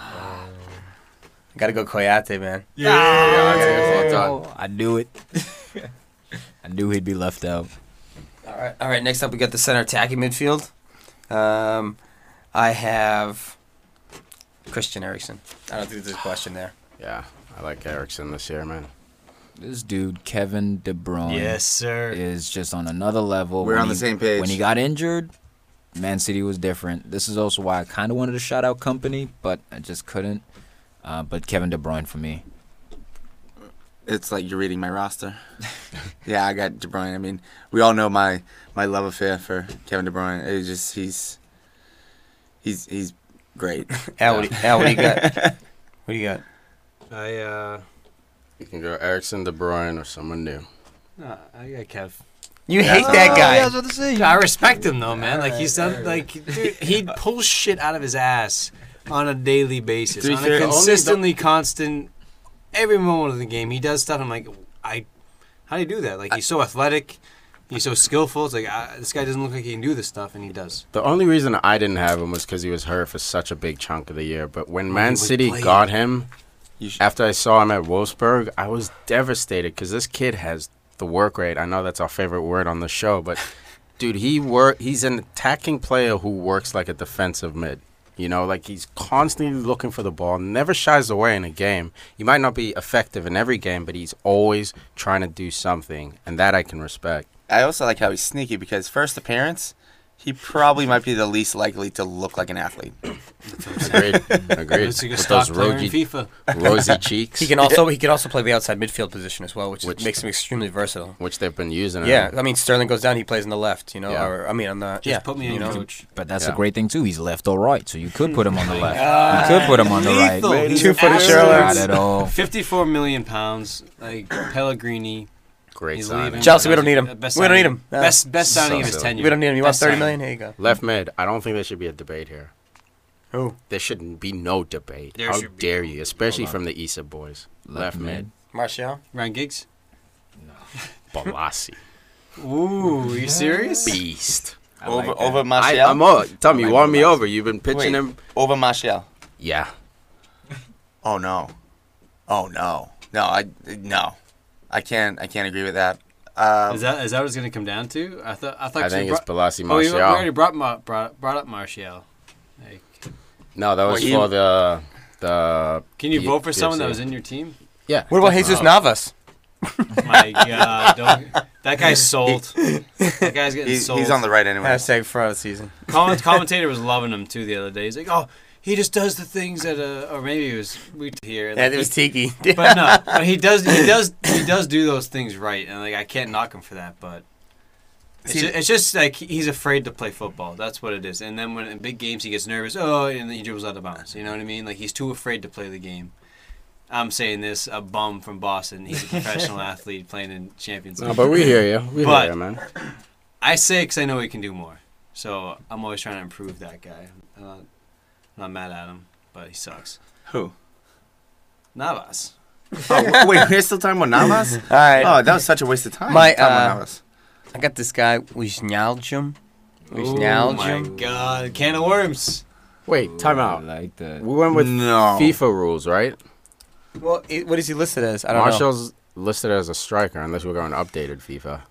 Gotta go Koyate, man.
Yeah, well done.
I knew it. I knew he'd be left out.
All right, all right. Next up, we got the center attacking midfield. Um, I have Christian Eriksen. I don't think there's a question there.
Yeah, I like Erickson this year, man.
This dude, Kevin De Bruyne,
Yes, sir.
is just on another level.
we're
When
on the
he-
same page.
When he got injured, Man City was different. This is also why I kind of wanted to shout out company, but I just couldn't. Uh, but Kevin De Bruyne for me.
it's like you're reading my roster. yeah, I got De Bruyne. I mean, we all know my my love affair for Kevin De Bruyne. It's just he's he's he's great.
Al, what, do you, Al, what do you got? What do you got?
I uh,
You can go Erickson, De Bruyne, or someone new.
no, I got Kev.
You hate that guy.
I respect him though, man. Like he's done, like dude, he pulls shit out of his ass on a daily basis,
Dude,
on
the
a
only-
consistently constant. Every moment of the game, he does stuff. I'm like, I, how do you do that? Like he's so athletic, he's so skillful. It's like I, this guy doesn't look like he can do this stuff, and he does.
The only reason I didn't have him was because he was hurt for such a big chunk of the year. But when
he
Man
was
City
playing.
got him,
You should-
after I saw him at Wolfsburg, I was devastated because this kid has the work rate. I know that's our favorite word on the show, but dude, he work. He's an attacking player who works like a defensive mid. You know, like he's constantly looking for the ball, never shies away in a game. He might not be effective in every game, but he's always trying to do something, and that I can respect.
I also like how he's sneaky because first appearance, he probably might be the least likely to look like an athlete.
Agreed. Agreed.
It's like a
With
stock
those
player in
rosy,
FIFA.
rosy cheeks.
He can also he can also play the outside midfield position as well, which,
Which-
makes him extremely versatile.
which they've been using.
Yeah, I mean Sterling goes down, he plays on the left, you know.
Yeah.
Or I mean on the
Just
yeah,
put me in,
you know.
coach.
But that's
Yeah.
a great thing too. He's left or right, so you could put him on the left. You could put him on the right.
Ah, Lethal. He's
Two-footed
absolute-
Not
Sherlock.
at
oh.
all.
Fifty-four million pounds, like Pellegrini.
Great
He's
signing.
leaving.
Chelsea, we don't need him.
Best
We don't
signing-
need him. No.
Best best
So
signing of his
silly.
tenure.
We don't need him. You want
Best
thirty
signing.
million? Here you go.
Left mid. I don't think there should be a debate here.
Who?
There shouldn't be no debate.
There
How
should be.
dare you, especially
Hold on.
from the Issa boys. Left, mid,
Martial.
Ryan Giggs.
Balassi,
Ooh, are you serious?
beast.
I
Over
like that.
over
I,
Martial.
I'm all. Tom, you
like
won me
Balassi.
over. You've been pitching
Wait.
him.
over Martial.
Yeah,
Oh no. Oh no. No, I no. I can't I can't agree with that. Um,
Is that is that what it's gonna come down to? I thought I thought
I
you
think
brought,
it's Balassi
oh, you
Martial.
already brought Ma- brought brought up Martial. Like,
no, that was
Well, you-
for the the.
can you
P-
vote for someone that
PFC.
was in your team?
Yeah.
What about Jesus Navas?
My God, don't, that guy's sold. That guy's getting
he's,
sold.
he's on the right anyway.
Hashtag fraud of the season.
Comment, commentator was loving him too the other day. He's like, oh, he just does the things that, uh, or maybe it was we here.
Yeah,
like,
it was
he-
Tiki.
but no, but he does, he does, he does do those things right, and like I can't knock him for that, but. It's
See-
ju- it's just like he- he's afraid to play football. That's what it is. And then when in big games he gets nervous, oh, and then he dribbles out of bounds. You know what I mean? Like he's too afraid to play the game. I'm saying this, a bum from Boston. He's a professional athlete playing in Champions League.
No, but we hear you. We
But-
hear you, man.
I say because I know he can do more. So I'm always trying to improve that guy. I'm not, I'm not mad at him, but he sucks.
Who?
Navas.
Oh, wait, we're still talking about Navas?
All right.
Oh, that was such a waste of time.
My,
talking about
uh,
Navas.
I got this guy Wijnaldum.
Oh my
Wijnaldum.
God! Can of worms.
Wait, time
I
out.
like that.
We went with
No.
FIFA rules, right?
Well, it, what is he listed as? I don't know.
Marshall's listed as a striker, unless we're going updated FIFA.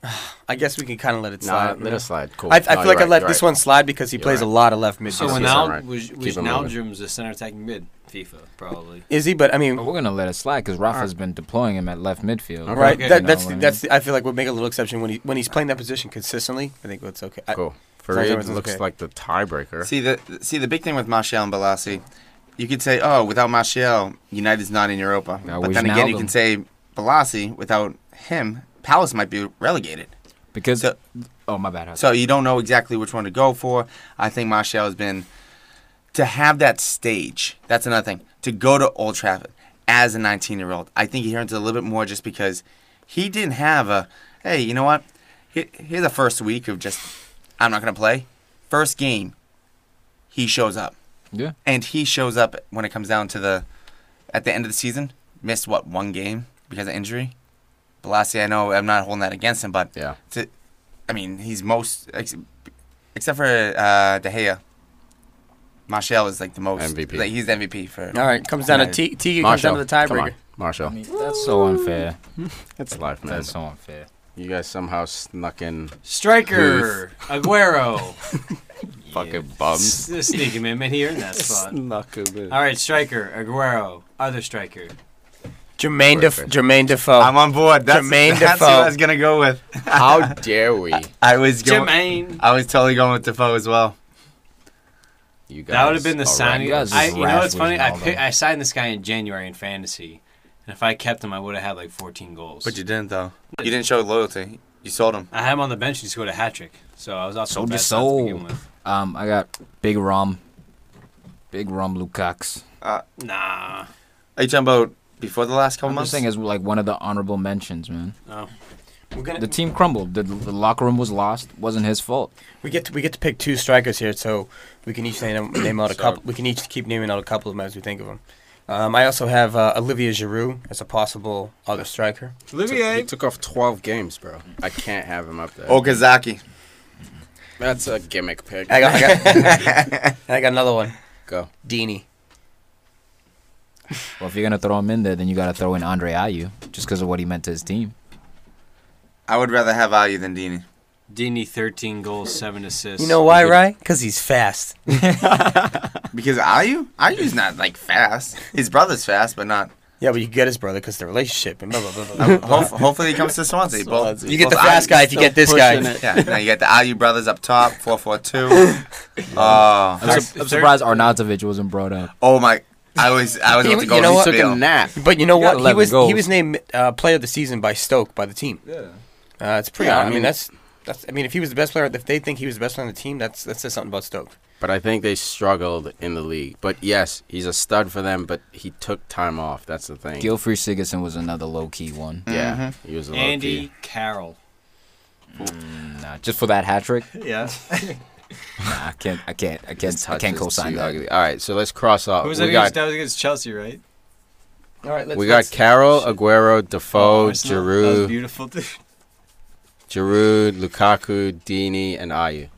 I guess we can kind of let it
Nah,
slide. you
let
know?
us slide. Cool.
I, I feel
No,
like
you're
I let
you're
this one slide because he
You're
plays
right.
a lot of left mid.
So
Yeah,
when
he's
now
alright. Keep him moving.
Wijnaldum's a center attacking mid, FIFA probably.
is he? But I mean,
But we're gonna let it slide because Rafa's been deploying him at left midfield.
All
right?
Okay.
That,
You
that's
know what I
that's. I feel like we'll make a little exception when he when he's playing that position consistently. I think that's okay. I-
Cool.
long as
Farid
everyone's
looks
okay.
like the tiebreaker.
See the see the big thing with Martial and Balassi, you could say, oh, without Martial, United's not in Europa.
Now
but
where's
then again, you
Naldo?
can say Balassi without him, Palace might be relegated.
Because
So-
oh my bad.
So you don't know exactly which one to go for. I think Martial has been to have that stage. That's another thing to go to Old Trafford as a 19 year old. I think he earns a little bit more just because he didn't have a hey, you know what? Here- Here's the first week of just I'm not going to play. First game, he shows up
yeah,
and he shows up when it comes down to the at the end of the season missed what one game because of injury Balassi, I know I'm not holding that against him but
Yeah.
to, I mean he's most ex- except for uh, De Gea Martial is like the most
MVP.
like, he's the MVP for
All right, comes down to
United.
T. Tiki comes down to the
come on,
tiebreaker.
I
Marshall.
mean, that's so unfair.
It's life, man.
That's so unfair.
You guys somehow snuck in
Striker Aguero.
fucking bums.
This sneaky man, man, he earned that spot.
Snuck him in.
All right, striker Aguero. Other striker.
Jermaine Def-
Perfect.
Jermaine Defoe.
I'm on board that's,
Jermaine
that's who
Defoe.
I was gonna go with
How dare we?
I was going
Jermaine.
I was totally going with Defoe as well
You guys. oh,
That would have been the
are
signing.
guys
I,
just
you know what's
rascals
funny?
and
I
all
pick,
that.
I signed this guy in January in fantasy, and if I kept him, I would have had like 14 goals.
but you didn't though you didn't show loyalty you sold him
I had him on the bench and he scored a hat trick, so I was also
Sold
bad
your
stuff to begin
soul.
with.
Um, I got Big Rom, Big Rom Lukacs.
Nah,
are you talking about before the last couple
I'm
months.
just saying as like one of the honorable mentions, man.
We're gonna
The team crumbled. The, the locker room was lost. Wasn't his fault.
we get to, we get to pick two strikers here, so we can each name, name out a couple. We can each keep naming out a couple of them as we think of them. Um, I also have uh, Olivier Giroud as a possible other striker.
He
Olivier.
took off 12 games, bro. I can't have him up there.
Okazaki.
That's a gimmick pick.
I got, I got, I got another one.
Go.
Dini.
Well, if you're gonna throw him in there, then you gotta throw in Andre Ayew just because of what he meant to his team.
I would rather have Ayu than Dini.
Dini, 13 goals, 7 assists.
You know why, right? Because he's fast.
Because Ayu? Ayu's not like fast. His brother's fast, but not.
Yeah, but you get his brother because the relationship and blah blah blah. blah, blah, blah.
Hof- hopefully he comes to Swansea. Both-
You get the
both
fast
Ayus-
guy if you get this guy.
pushing it.
Yeah, now you got the Ayu brothers up top, four four two. Oh,
I'm, su- I'm surprised Arnautovic wasn't brought up.
oh my! I was I was
He-
about to
you
go.
You
know
know
to
what?
Took
Bill.
a nap.
But you know
He got
what? He
11
was
goals.
he was named uh, player of the season by Stoke by the team. Yeah, uh, it's pretty.
Yeah,
I
I
mean,
mean-
that's that's. I mean, if he was the best player, if they think he was the best player on the team, that's that says something about Stoke.
But I think they struggled in the league. But yes, he's a stud for them, but he took time off. That's the thing.
Gilfrey Sigurdsson was another low key one.
yeah. He was a low
Mm-hmm. Andy
key.
Carroll.
Nah, just for that hat trick,
Yeah.
nah, I can't. I can't. I can't. I
Touch
can't
is
co-sign
too
that.
ugly. All right, so let's cross off.
Who was that
Oh, we
against?
got,
That was against Chelsea, right?
All right, let's.
we got Carroll, Aguero, Defoe,
Arsenal? Oh, That was
Oh, Giroud,
beautiful, dude.
Giroud, Lukaku, Dini, and Ayu.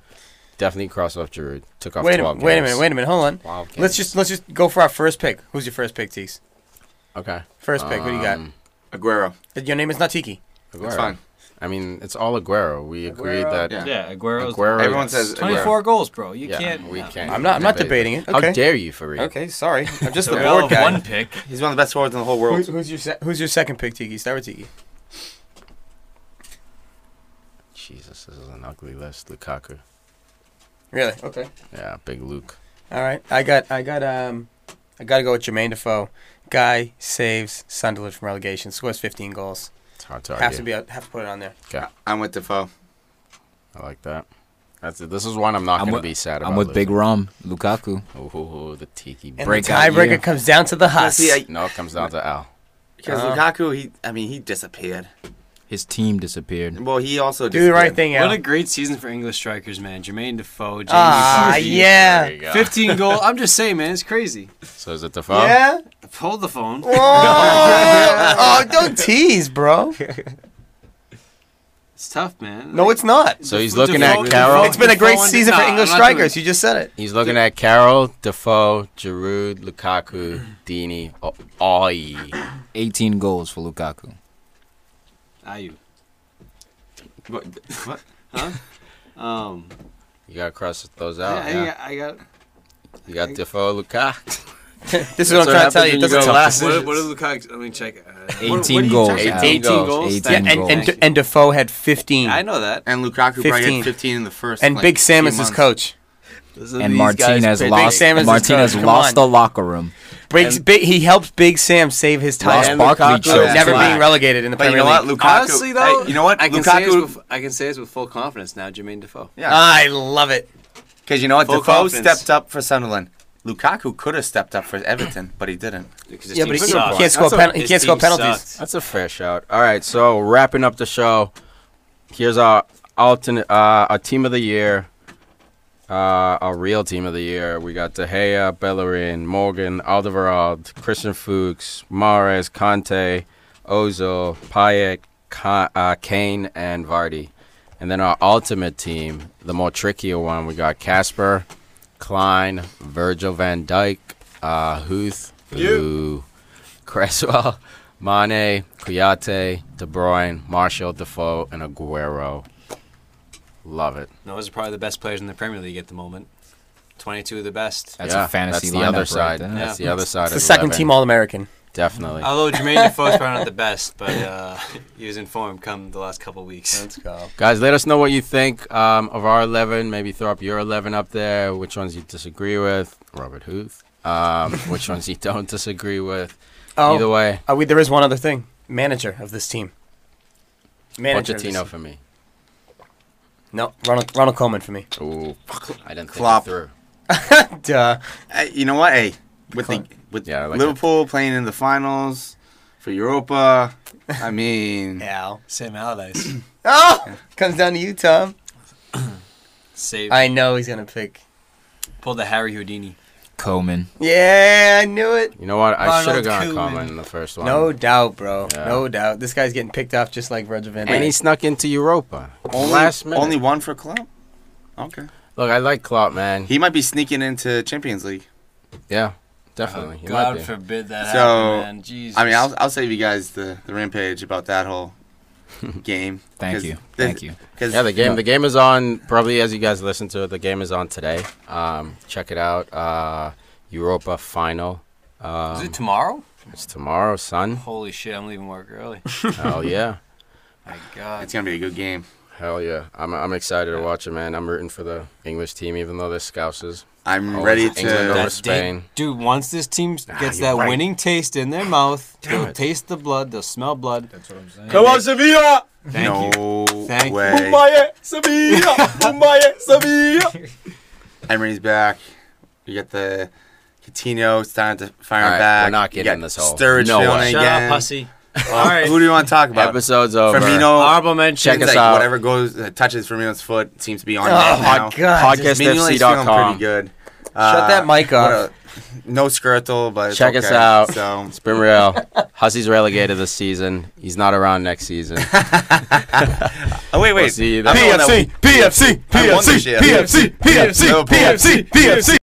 Definitely cross off Giroud. Took off
Wait a
12
minute! Wait a
games.
minute! Wait a minute! Hold on.
12 games.
Let's just let's just go for our first pick. Who's your first pick, Tees?
Okay.
First pick. What do you got?
Um,
Aguero.
Your name is not Tiki.
Aguero.
It's fine.
I mean, it's all Aguero. We agreed that
yeah.
Yeah, Aguero's
Aguero.
Everyone says Aguero.
24 goals, bro. You
Yeah,
can't.
we
no.
can't.
I'm not- I'm not
debate
debating it.
How
Okay.
dare you, Farid?
Okay, sorry. I'm just
So
the
we all
board
have
guy.
one pick.
He's one of the best forwards in the whole world.
Who's, who's your se- who's your second pick, Tiki? Start with Tiki.
Jesus, this is an ugly list. Lukaku.
Really? Okay.
Yeah, big Luke.
All right, I got, I got, um, I got to go with Jermaine Defoe. Guy saves Sunderland from relegation, scores 15 goals.
It's hard to
Have to
argue.
be, have to put it on there.
I'm with Defoe.
I like that. That's it. This is one I'm not
I'm
going to
with-
be sad about.
I'm with Big
losing.
Rum, Lukaku.
Oh, oh, oh, the tiki
And
break.
the
Breakout
tiebreaker
year.
comes down to the Huss.
see, I-
No, it comes down to Al.
Because
Uh.
Lukaku, he I mean he disappeared.
His team disappeared.
Well, he also
Do the right
disappeared.
thing, Al.
What a great season for English strikers, man. Jermaine Defoe, Jamie
Ah,
Vardy.
yeah.
There you go.
15 goal. I'm just saying, man, it's crazy.
So is it Defoe?
Yeah.
Hold the phone.
Oh, don't tease, bro.
It's tough, man.
No, it's not.
So he's
Defoe-
looking
Defoe-
at Carroll.
It's been a great
Defoe and-
season for
No,
English
I'm not doing
strikers.
it.
You just said it.
He's looking at Carroll, Defoe, Giroud, Lukaku, Dini, O- Ayew.
18 goals for Lukaku.
Ayu.
What- what?
Um,
You got to cross those
yeah,
out.
I,
Oh, Yeah,
got- I got.
You got Defoe, Lukaku.
This is what I'm trying to
That's
tell
what
you. It
happens when
doesn't
you go
count.
last.
What, what did Lukaku? Let me check. Uh,
18
what- what are you
goals.
talking about?
Al.
18 goals.
18
Yeah, and,
goals.
and, and Defoe had 15.
I know that.
And Lukaku probably
15.
had 15 in the first.
And
like,
Big Sam
few
is his
months.
coach.
And Martinez
Big
lost.
Sam is his
Martinez
coach, come
lost
on.
the locker room.
Big, big, he helps Big Sam save his
Lost
title.
Barkley
Lukaku
choked.
is
never
Black.
being relegated in the
But you
Premier
know what,
League.
Lukaku.
Honestly, though,
hey, you know what,
I can, say this
Lukaku.
with, I can say this with full confidence now. Jermaine Defoe.
Yeah,
I love it.
because you know what,
Full
Defoe
confidence.
stepped up for Sunderland. Lukaku could have stepped up for Everton, but he didn't.
Because
Yeah, but he can't-
sucked.
can't score
That's
pen-
what-
he
his
can't score
team sucked.
penalties.
That's a fair shout. All right, so wrapping up the show, here's our alternate, uh, our team of the year, uh, our real team of the year. We got De Gea, Bellerin, Morgan, Alderweireld, Christian Fuchs, Mares, Conte, Ozil, Payet, Ka- uh, Kane, and Vardy. And then our ultimate team, the more trickier one, we got Casper, Klein, Virgil van Dijk, uh, Huth, Boo, Cresswell, Mane, Kuyate, De Bruyne, Marshall, Defoe, and Aguero. Love it.
No, those are probably the best players in the Premier League at the moment. 22 of the best.
That's a fantasy
That's the
lineup
other
right
side.
there.
That's
Yeah.
the other side.
It's
of
the second
11.
team All American.
Definitely.
Although Jermaine Defoe's probably not the best, but uh, he was in form come the last couple weeks.
go.
Guys, let us know what you think um, of our 11. Maybe throw up your 11 up there. Which ones you disagree with? Robert Huth. Um, which ones you don't disagree with? Either
Oh,
way,
uh, we, there is one other thing. Manager of this team. of this-
Pochettino for me.
No, Ronald, Ronald Coleman for me.
Ooh, I didn't think
Klopp.
it through.
Duh.
Hey, you know what? Hey, with the with
Yeah, I like
Liverpool playing in the finals, for Europa. I mean,
Al.
Sam Allardyce.
Oh! Comes down to you, Tom.
Save.
I know he's going to pick.
Pull the Harry Houdini.
Coleman.
Yeah, I knew it.
You know what? I
Ronald
should have gone
Koeman.
Coleman in the first one.
No doubt, bro.
Yeah.
No doubt. This guy's getting picked off just like Roger Van
and he
Dyke.
snuck into Europa
only
last minute.
only one for Klopp. Okay,
Look, I like Klopp, man.
he might be sneaking into Champions League.
yeah, definitely. Oh, he might
God
be.
forbid that
So,
happened, man. Jesus.
I mean, I'll I'll save you guys the, the rampage about that whole game.
Thank
'Cause
you.
the-
Thank you.
'cause
Yeah, the game. The game is on. Probably as you guys listen to it, the game is on today. Um, check it out. Uh, Europa final.
Is
Um,
it tomorrow?
it's tomorrow, son.
Holy shit! I'm leaving work early.
Hell Oh, yeah.
My God.
it's gonna be a good game.
Hell yeah. I'm I'm excited to watch it, man. I'm rooting for the English team, even though they're Scousers.
I'm
Oh,
ready
England
to.
over
That
Spain.
date- dude, once this team
Ah,
gets
you're
that
right.
winning taste in their mouth, they'll
it.
taste the blood, they'll smell blood.
That's what I'm saying.
Come on,
Sevilla!
Thank you.
no
Thank you.
Oh
way.
Sevilla! Mumbai, Sevilla!
Emery's back. You got the Coutinho starting to fire
All right,
back.
we're not
You
getting
got
this whole-
Sturridge
No
feeling
way.
Shut
again.
up, hussy.
Uh,
All right.
Who do you want to talk about?
Episode's over.
Firmino.
Honorable mention.
Check
Check
us
like,
out.
Whatever goes uh, touches Firmino's foot seems to be on.
oh,
him
my
now.
God.
Podcast-
Mignolet's feeling
FCFC.com.
pretty good. Uh,
Shut that mic
what
off.
a- no skirtle, but it's
Check us
okay.
out.
So
It's been real. Hussey's relegated this season. He's not around next season.
oh wait, wait.
see you
I'm the one that-
PFC! PFC!
I won
PFC!
this year.
PFC! PFC!
Liverpool.
PFC! PFC!